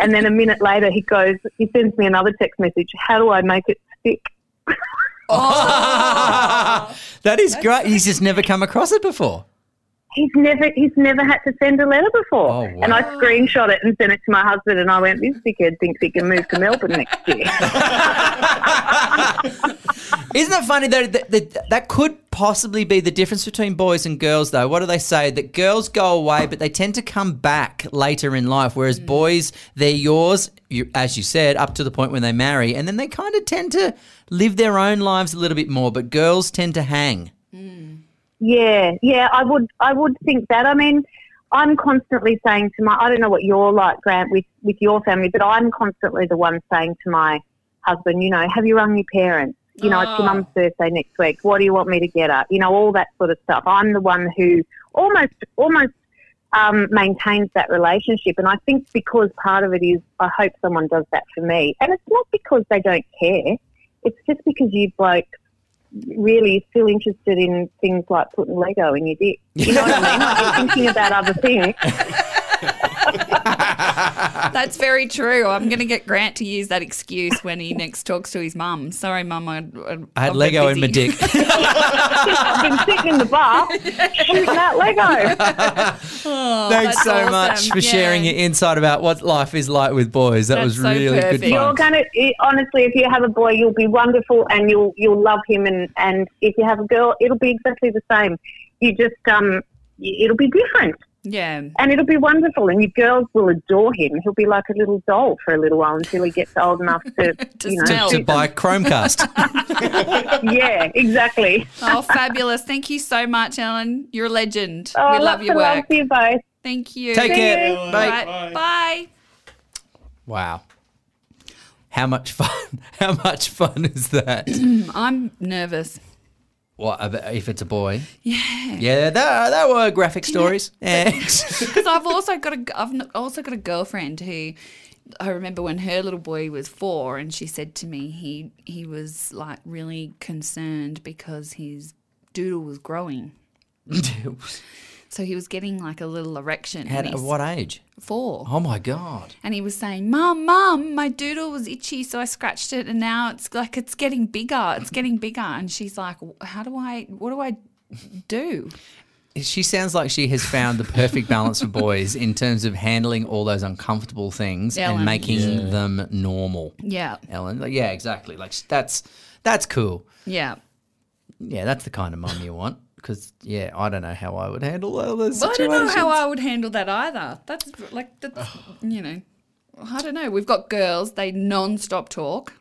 Speaker 1: And then a minute later, he goes, he sends me another text message. How do I make it stick?
Speaker 8: Ah, that is great. He's just never come across it before.
Speaker 1: He's never he's never had to send a letter before.
Speaker 8: Oh, wow.
Speaker 1: And I screenshot it and sent it to my husband and I went, This dickhead thinks he can move to Melbourne next year.
Speaker 8: Isn't that funny though? That, that, that could possibly be the difference between boys and girls, though. What do they say? That girls go away, but they tend to come back later in life,
Speaker 2: Mm.
Speaker 8: whereas boys, they're yours, you, as you said, up to the point when they marry, and then they kind of tend to live their own lives a little bit more. But girls tend to hang.
Speaker 1: yeah, yeah, I would I would think that. I mean, I'm constantly saying to my I don't know what you're like, Grant, with, with your family, but I'm constantly the one saying to my husband, you know, have you rung your parents? You know, it's
Speaker 2: Oh.
Speaker 1: your mum's birthday next week. What do you want me to get her? You know, all that sort of stuff. I'm the one who almost almost um, maintains that relationship. And I think because part of it is, I hope someone does that for me. And it's not because they don't care. It's just because you blokes really still interested in things like putting Lego in your dick. You know what I mean? Like you're thinking about other things.
Speaker 2: That's very true. I'm going to get Grant to use that excuse when he next talks to his mum. Sorry, mum. I,
Speaker 8: I
Speaker 2: Oh,
Speaker 8: had Lego in my dick.
Speaker 1: I've been sitting in the bar shooting at Lego.
Speaker 8: Thanks
Speaker 2: Oh, that's
Speaker 8: so
Speaker 2: awesome.
Speaker 8: much for
Speaker 2: Yeah.
Speaker 8: sharing your insight about what life is like with boys. That
Speaker 2: That's
Speaker 8: was
Speaker 2: so
Speaker 8: really good
Speaker 2: perfect.
Speaker 1: You're
Speaker 8: fun.
Speaker 1: gonna it- honestly, if you have a boy, you'll be wonderful and you'll you'll love him. And and if you have a girl, it'll be exactly the same. You just um, y- it'll be different.
Speaker 2: Yeah.
Speaker 1: And it'll be wonderful, and your girls will adore him. He'll be like a little doll for a little while until he gets old enough to,
Speaker 2: To
Speaker 1: you know,
Speaker 2: smell.
Speaker 1: shoot
Speaker 8: to buy Chromecast.
Speaker 1: them. Yeah, exactly.
Speaker 2: Oh, fabulous. Thank you so much, Ellen. You're a legend.
Speaker 1: Oh,
Speaker 2: we love
Speaker 1: lots
Speaker 2: your
Speaker 1: of
Speaker 2: work.
Speaker 1: love for you both.
Speaker 2: Thank you.
Speaker 8: Take
Speaker 1: See
Speaker 8: care.
Speaker 1: you.
Speaker 8: Bye.
Speaker 2: Right. Bye.
Speaker 8: Wow. How much fun? How much fun is that?
Speaker 2: I'm nervous.
Speaker 8: what ab- if it's a boy? Yeah. Yeah, that that were graphic stories. Yeah.
Speaker 2: Because I've also got a, I've n- also got a girlfriend who, I remember when her little boy was four, and she said to me he he was like really concerned because his doodle was growing, so he was getting like a little erection.
Speaker 8: At
Speaker 2: and he's
Speaker 8: what age?
Speaker 2: four?
Speaker 8: Oh my god.
Speaker 2: And he was saying, "Mum, mum, my doodle was itchy, so I scratched it, and now it's like it's getting bigger. It's getting bigger." And she's like, "How do I? What do I do?"
Speaker 8: She sounds like she has found the perfect balance for boys in terms of handling all those uncomfortable things
Speaker 2: Ellen.
Speaker 8: and making them normal.
Speaker 2: Yeah,
Speaker 8: Ellen, like, yeah, exactly. Like that's that's cool.
Speaker 2: yeah.
Speaker 8: Yeah, that's the kind of mum you want. Because yeah, I don't know how I would handle all those
Speaker 2: Well, I don't
Speaker 8: situations.
Speaker 2: know how I would handle that either. That's like that's you know, I don't know. We've got girls; they non-stop talk,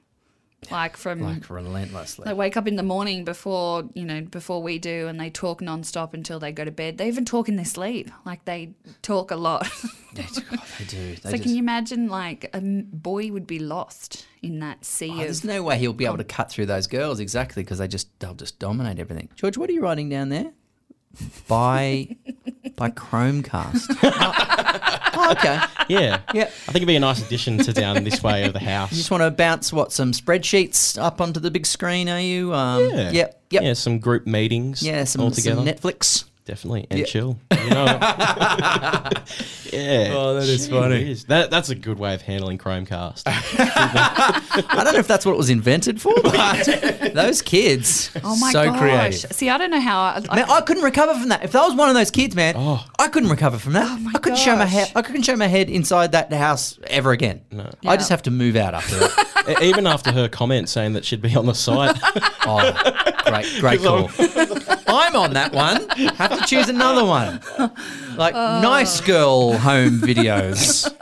Speaker 2: like from
Speaker 8: like relentlessly.
Speaker 2: they wake up in the morning before you know before we do, and they talk non-stop until they go to bed. They even talk in their sleep; like they talk a lot.
Speaker 8: they, do, they do. They
Speaker 2: So
Speaker 8: just,
Speaker 2: can you imagine like a m- boy would be lost in that sea
Speaker 8: Oh,
Speaker 2: of
Speaker 8: there's no way he'll be able to cut through those girls exactly because they just they'll just dominate everything. George, what are you writing down there? By by Chromecast. oh, okay.
Speaker 7: Yeah.
Speaker 8: Yeah.
Speaker 7: I think it'd be a nice addition to down this way of the
Speaker 8: You
Speaker 7: house.
Speaker 8: just want to bounce what some spreadsheets up onto the big screen, are you? Um,
Speaker 7: Yeah.
Speaker 8: Yep. Yep.
Speaker 7: Yeah, some group meetings.
Speaker 8: Yeah. Some,
Speaker 7: all
Speaker 8: some
Speaker 7: together.
Speaker 8: Netflix.
Speaker 7: Definitely. And
Speaker 8: Yeah.
Speaker 7: chill. You know. yeah.
Speaker 8: Oh, that is funny.
Speaker 7: Jeez. That, that's a good way of handling Chromecast.
Speaker 8: I don't know if that's what it was invented for, but those kids.
Speaker 2: Oh my
Speaker 8: so
Speaker 2: gosh!
Speaker 8: creative.
Speaker 2: See, I don't know how. I, I,
Speaker 8: Man, I couldn't recover from that. If I was one of those kids, man,
Speaker 7: Oh.
Speaker 8: I couldn't recover from that. I couldn't show my
Speaker 2: Oh gosh.
Speaker 8: head. I couldn't show my head inside that house ever again. No. I just
Speaker 2: Yeah.
Speaker 8: have to move out after that.
Speaker 7: E- Even after her comment saying that she'd be on the site.
Speaker 8: oh, great, great call. I'm on that one. Have to choose another one. Like
Speaker 2: Oh.
Speaker 8: nice girl home videos.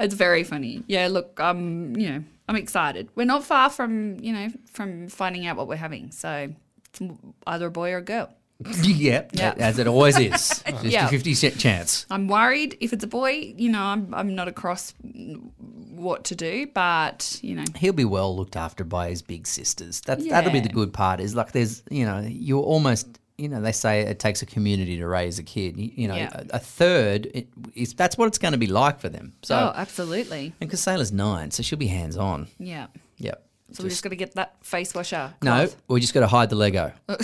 Speaker 2: it's very funny. Yeah, look, um, you know, I'm excited. We're not far from you know from finding out what we're having. So it's m- either a boy or a girl.
Speaker 8: yep,
Speaker 2: Yeah.
Speaker 8: as it always is. Just
Speaker 2: Yeah.
Speaker 8: a fifty cent chance.
Speaker 2: I'm worried if it's a boy. You know, I'm I'm not across mm, what to do, but you know,
Speaker 8: He'll be well looked after by his big sisters. That's that'll be
Speaker 2: Yeah.
Speaker 8: the good part. Is like there's you know you're almost you know they say it takes a community to raise a kid. You, you know
Speaker 2: Yeah.
Speaker 8: a, a third it, is that's what it's going to be like for them. So
Speaker 2: oh,
Speaker 8: and 'cause
Speaker 2: absolutely,
Speaker 8: and because Sailor's nine, so she'll be hands on.
Speaker 2: yeah.
Speaker 8: Yep.
Speaker 2: So we just got to get that face washer.
Speaker 8: no,
Speaker 2: cloth.
Speaker 8: we just got to hide the Lego.
Speaker 2: Uh,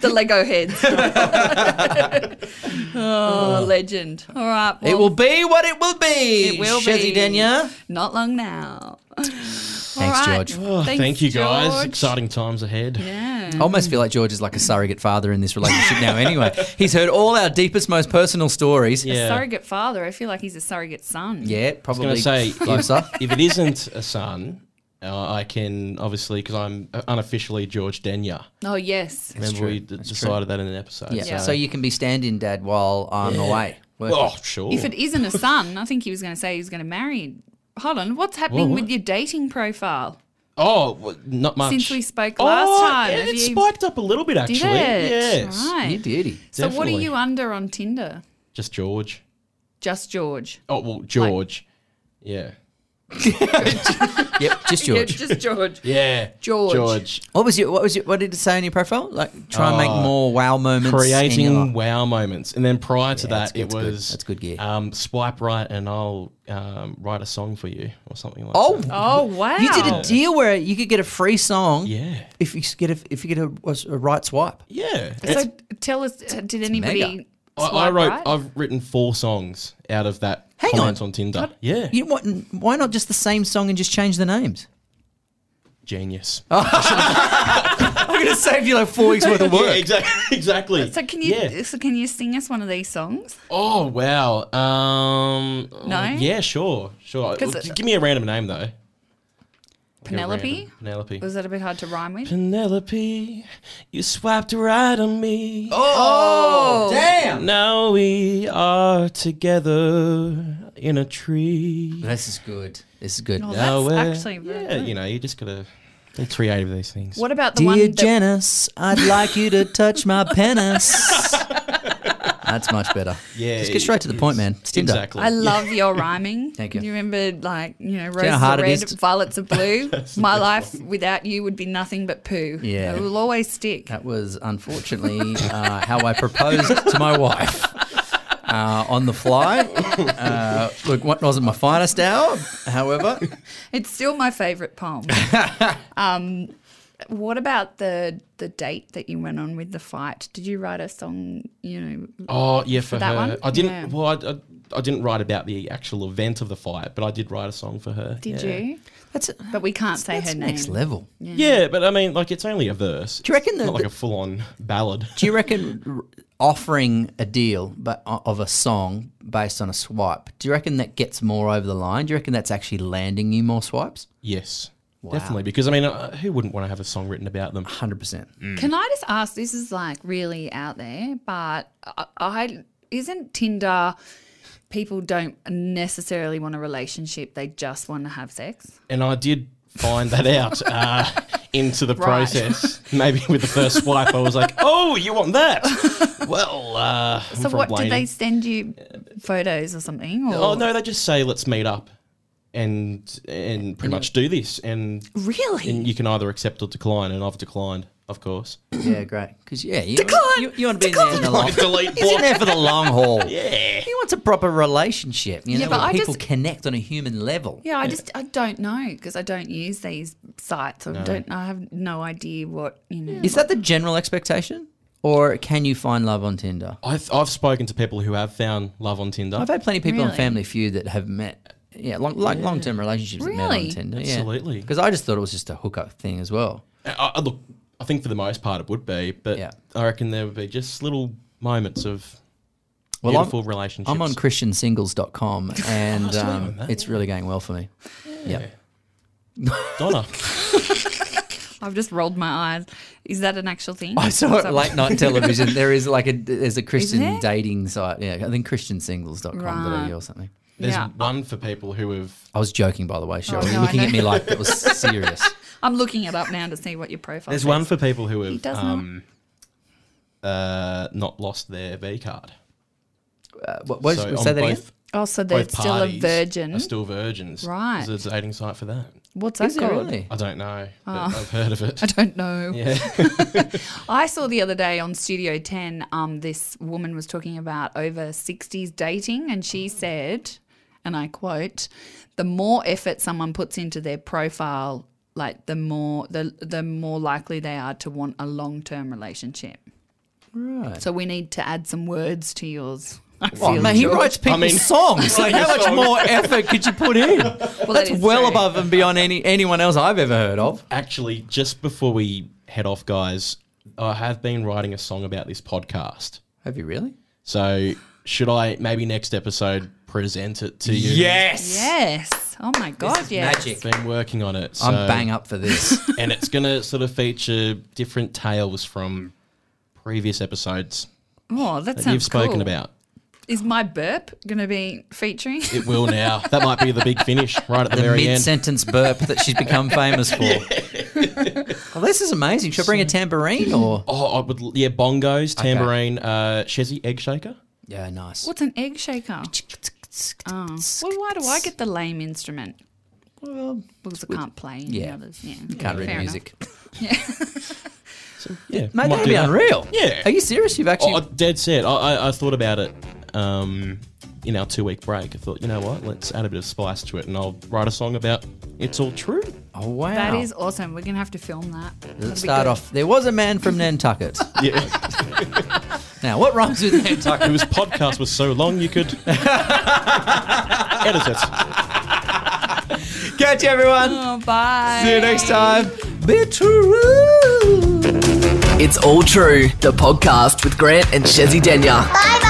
Speaker 2: the Lego heads. oh, legend. All right.
Speaker 8: it
Speaker 2: well,
Speaker 8: will be what it will be.
Speaker 2: It will
Speaker 8: Shazzy
Speaker 2: be.
Speaker 8: Denya.
Speaker 2: Not long now.
Speaker 8: Thanks, George.
Speaker 2: Oh, Thanks,
Speaker 7: Thank you, guys.
Speaker 2: George.
Speaker 7: Exciting times ahead.
Speaker 2: Yeah.
Speaker 8: I almost feel like George is like a surrogate father in this relationship now. Anyway, he's heard all our deepest, most personal stories.
Speaker 7: Yeah.
Speaker 2: Surrogate father. I feel like he's a surrogate son.
Speaker 8: Yeah,
Speaker 7: I
Speaker 8: probably
Speaker 7: was going to say, if,
Speaker 8: closer.
Speaker 7: if it isn't a son, uh, I can obviously, because I'm uh, unofficially George Denya.
Speaker 2: Oh, yes.
Speaker 7: Remember,
Speaker 8: true.
Speaker 7: we d- decided that in an episode.
Speaker 8: Yeah.
Speaker 2: Yeah.
Speaker 8: So you can be stand-in dad while I'm away. Work
Speaker 7: Oh, sure.
Speaker 2: If it isn't a son, I think he was going to say he was going to marry. Hold on. What's happening
Speaker 7: Well, what?
Speaker 2: with your dating profile?
Speaker 7: oh, well, not much.
Speaker 2: Since we spoke last
Speaker 7: oh,
Speaker 2: time,
Speaker 7: yeah,
Speaker 2: have
Speaker 7: it
Speaker 2: you-
Speaker 7: spiked up a little bit, actually.
Speaker 2: Did it?
Speaker 7: Yes.
Speaker 8: You
Speaker 2: Right.
Speaker 8: did.
Speaker 2: So what are
Speaker 7: Definitely.
Speaker 2: you under on Tinder?
Speaker 7: Just George.
Speaker 2: Just George.
Speaker 7: Oh, well, George. yeah.
Speaker 8: Yep, just
Speaker 2: Yeah,
Speaker 8: George.
Speaker 2: just George.
Speaker 7: Yeah.
Speaker 2: George.
Speaker 7: George.
Speaker 8: What was your what was your what did it say on your profile? Like try and make
Speaker 7: Oh,
Speaker 8: more wow moments. in your
Speaker 7: Creating
Speaker 8: life.
Speaker 7: wow moments. And then prior to that,
Speaker 8: that's good,
Speaker 7: it
Speaker 8: that's good.
Speaker 7: was.
Speaker 8: That's good gear.
Speaker 7: Um, swipe right and I'll um, write a song for you or something like
Speaker 8: Oh,
Speaker 7: that.
Speaker 2: Oh, wow.
Speaker 8: you did a deal where you could get a free song.
Speaker 7: Yeah.
Speaker 8: If you s- get a if you get a, was a right swipe.
Speaker 7: Yeah.
Speaker 2: So tell us, uh, did anybody.
Speaker 8: mega.
Speaker 7: I, I
Speaker 2: swipe
Speaker 7: wrote.
Speaker 2: right?
Speaker 7: I've written four songs out of that
Speaker 8: Hang
Speaker 7: comment
Speaker 8: on.
Speaker 7: on, Tinder. yeah,
Speaker 8: You know what? Why not just the same song and just change the names?
Speaker 7: genius.
Speaker 8: Oh. I'm gonna save you like four weeks worth of
Speaker 7: Yeah,
Speaker 8: work.
Speaker 7: exactly. Exactly.
Speaker 2: So can you
Speaker 7: Yeah.
Speaker 2: so can you sing us one of these songs?
Speaker 7: Oh wow. Um.
Speaker 2: No?
Speaker 7: Yeah. Sure. Sure.
Speaker 2: 'Cause
Speaker 7: Well,
Speaker 2: it-
Speaker 7: Give me a random name though.
Speaker 2: Penelope?
Speaker 7: Penelope.
Speaker 2: Was that a bit hard to rhyme with?
Speaker 7: Penelope, you swiped right on me.
Speaker 8: Oh, damn!
Speaker 7: Now we are together in a tree.
Speaker 8: This is good. This is good.
Speaker 2: Oh,
Speaker 8: Uh,
Speaker 2: that's
Speaker 7: Nowhere.
Speaker 2: actually very
Speaker 7: yeah,
Speaker 2: good.
Speaker 7: you know, you just gotta be creative with these things.
Speaker 2: What about the one
Speaker 8: Dear
Speaker 2: that
Speaker 8: Janice, I'd like you to touch my penis. That's much better.
Speaker 7: Yeah,
Speaker 8: just get straight to the point, man. It's Tinder.
Speaker 7: Exactly.
Speaker 2: I love your rhyming.
Speaker 8: Thank you.
Speaker 2: You remember, like, you know,
Speaker 8: you know
Speaker 2: roses
Speaker 8: how
Speaker 2: are
Speaker 8: hard it is
Speaker 2: red,
Speaker 8: to-
Speaker 2: violets are blue. My life without you would be nothing but poo.
Speaker 8: Yeah.
Speaker 2: It will always stick.
Speaker 8: That was unfortunately uh, how I proposed to my wife uh, on the fly. Uh, look, what wasn't my finest hour, however.
Speaker 2: It's still my favourite poem. um, what about the the date that you went on with the fight? Did you write a song? You know,
Speaker 7: Oh yeah, for,
Speaker 2: that
Speaker 7: her.
Speaker 2: one?
Speaker 7: I didn't.
Speaker 2: Yeah.
Speaker 7: Well, I, I, I didn't write about the actual event of the fight, but I did write a song for her.
Speaker 2: did
Speaker 7: yeah.
Speaker 2: you?
Speaker 8: That's,
Speaker 2: But we can't say
Speaker 8: that's
Speaker 2: her name.
Speaker 8: next level.
Speaker 7: Yeah, but I mean, like, it's only a verse. Do
Speaker 8: you reckon the-
Speaker 7: not like a full-on ballad?
Speaker 8: Do you reckon r- offering a deal but o- of a song based on a swipe, do you reckon that gets more over the line? Do you reckon that's actually landing you more swipes?
Speaker 7: Yes, definitely. Because I mean, uh, who wouldn't want to have a song written about them?
Speaker 8: 100%.
Speaker 2: Can I just ask? This is like really out there, but I, I isn't Tinder. People don't necessarily want a relationship; they just want to have sex.
Speaker 7: And I did find that out uh, into the
Speaker 2: Right.
Speaker 7: process. Maybe with the first swipe, I was like, "Oh, you want that? well, uh, I'm
Speaker 2: So,
Speaker 7: from
Speaker 2: what
Speaker 7: Blaney.
Speaker 2: did they send you? Photos or something? Or
Speaker 7: Oh no, they just say, "Let's meet up." And and pretty much do this, and
Speaker 2: really?
Speaker 7: and you can either accept or decline, and I've declined, of course.
Speaker 2: Mm.
Speaker 8: Yeah, great. Because, yeah, you, you, you want to be in there, in the long,
Speaker 7: Delete
Speaker 8: He's in there for the long haul.
Speaker 7: Yeah.
Speaker 8: He wants a proper relationship, you know,
Speaker 2: Yeah, but
Speaker 8: where
Speaker 2: I
Speaker 8: people
Speaker 2: just-
Speaker 8: connect on a human level.
Speaker 2: Yeah, I just I don't know because I don't use these sites. I don't. I have no idea what you know.
Speaker 8: Is that the general expectation? Or can you find love on Tinder?
Speaker 7: I've, I've spoken to people who have found love on Tinder.
Speaker 8: I've had plenty of people on
Speaker 2: Really?
Speaker 8: Family Feud that have met, yeah, long, like long-term relationships that met on
Speaker 2: Really?
Speaker 8: Tinder.
Speaker 7: Absolutely.
Speaker 8: Because I just thought it was just a hookup thing as well.
Speaker 7: I, I, look, I think for the most part it would be, but
Speaker 8: Yeah.
Speaker 7: I reckon there would be just little moments of
Speaker 8: Well, I'm-
Speaker 7: beautiful relationships.
Speaker 8: I'm on christiansingles.com and um, it's really going well for me. Yeah.
Speaker 7: Donna.
Speaker 2: I've just rolled my eyes. Is that an actual thing?
Speaker 8: I saw it late night television. There is like a there's a Christian
Speaker 2: there?
Speaker 8: dating site. Yeah, I think christiansingles.com.au
Speaker 2: Right.
Speaker 8: or something.
Speaker 7: There's
Speaker 2: Yeah.
Speaker 7: one for people who have.
Speaker 8: I was joking, by the way, Cheryl.
Speaker 2: Oh,
Speaker 8: You're
Speaker 2: no, I
Speaker 8: looking at
Speaker 2: know.
Speaker 8: me like that was serious.
Speaker 2: I'm looking it up now to see what your profile.
Speaker 7: There's
Speaker 2: says.
Speaker 7: one for people who have
Speaker 2: does
Speaker 7: um, uh, not lost their V card.
Speaker 8: Uh, what, what,
Speaker 7: So
Speaker 8: was-
Speaker 7: on
Speaker 8: say that
Speaker 7: both,
Speaker 8: again?
Speaker 2: Oh, so they're
Speaker 7: both
Speaker 2: still a
Speaker 7: parties
Speaker 2: virgin.
Speaker 7: Are still virgins.
Speaker 2: Right.
Speaker 7: There's a dating site for that.
Speaker 2: What's that
Speaker 8: Is it
Speaker 2: called?
Speaker 8: really?
Speaker 7: I don't know. But I've heard of it.
Speaker 2: Oh. I don't know.
Speaker 7: Yeah.
Speaker 2: I saw the other day on Studio 10, um, this woman was talking about over 60s dating, and she said, and I quote, the more effort someone puts into their profile, like the more the the more likely they are to want a long term relationship.
Speaker 8: Right.
Speaker 2: So we need to add some words to yours. I
Speaker 8: Well,
Speaker 2: feel
Speaker 8: mate, he
Speaker 2: sure.
Speaker 8: writes people
Speaker 7: mean-
Speaker 8: songs. Like, how much more effort could you put in?
Speaker 2: Well, that
Speaker 8: That's
Speaker 2: is
Speaker 8: well
Speaker 2: true.
Speaker 8: above and beyond any anyone else I've ever heard of.
Speaker 7: Actually, just before we head off, guys, I have been writing a song about this podcast.
Speaker 8: Have you really?
Speaker 7: So should I maybe next episode present it to you?
Speaker 8: Yes.
Speaker 2: Yes. Oh my God. Yes.
Speaker 8: Magic.
Speaker 7: Been working on it. So,
Speaker 8: I'm bang up for this.
Speaker 7: And it's gonna sort of feature different tales from previous episodes
Speaker 2: Oh, that
Speaker 7: that
Speaker 2: sounds
Speaker 7: you've spoken
Speaker 2: cool.
Speaker 7: about.
Speaker 2: Is my burp going to be featuring?
Speaker 7: It will now. that might be the big finish right at the,
Speaker 8: the
Speaker 7: very
Speaker 8: mid
Speaker 7: end.
Speaker 8: sentence burp that she's become famous for. Well, this is amazing. Should I bring a tambourine or?
Speaker 7: Oh, I would, yeah, bongos, tambourine, uh, Shezzy, egg shaker.
Speaker 8: Yeah, nice.
Speaker 2: What's an egg shaker? Oh. Well, why do I get the lame instrument?
Speaker 8: Well,
Speaker 2: Because I can't play any
Speaker 8: yeah.
Speaker 2: others. Yeah.
Speaker 8: can't
Speaker 2: Yeah,
Speaker 8: read
Speaker 2: fair
Speaker 8: music.
Speaker 7: Yeah,
Speaker 8: Mate,
Speaker 7: might
Speaker 8: that'd
Speaker 7: do
Speaker 8: be
Speaker 7: that.
Speaker 8: unreal.
Speaker 7: Yeah.
Speaker 8: Are you serious? You've actually.
Speaker 7: Oh, I- dead set. I, I, I thought about it um, in our two week break. I thought, you know what? Let's add a bit of spice to it, and I'll write a song about it's all true.
Speaker 8: Oh, wow.
Speaker 2: That is awesome. We're going to have to film that. That'll be
Speaker 8: Let's start
Speaker 2: good.
Speaker 8: off. There was a man from Nantucket.
Speaker 7: Yeah,
Speaker 8: now, what rhymes with Nantucket?
Speaker 7: it was podcast was so long you could edit it.
Speaker 8: Catch you, everyone.
Speaker 2: Oh, bye.
Speaker 8: See you next time. Be true.
Speaker 6: It's All True, the podcast with Grant and Shezzy Denyer.
Speaker 4: Bye bye.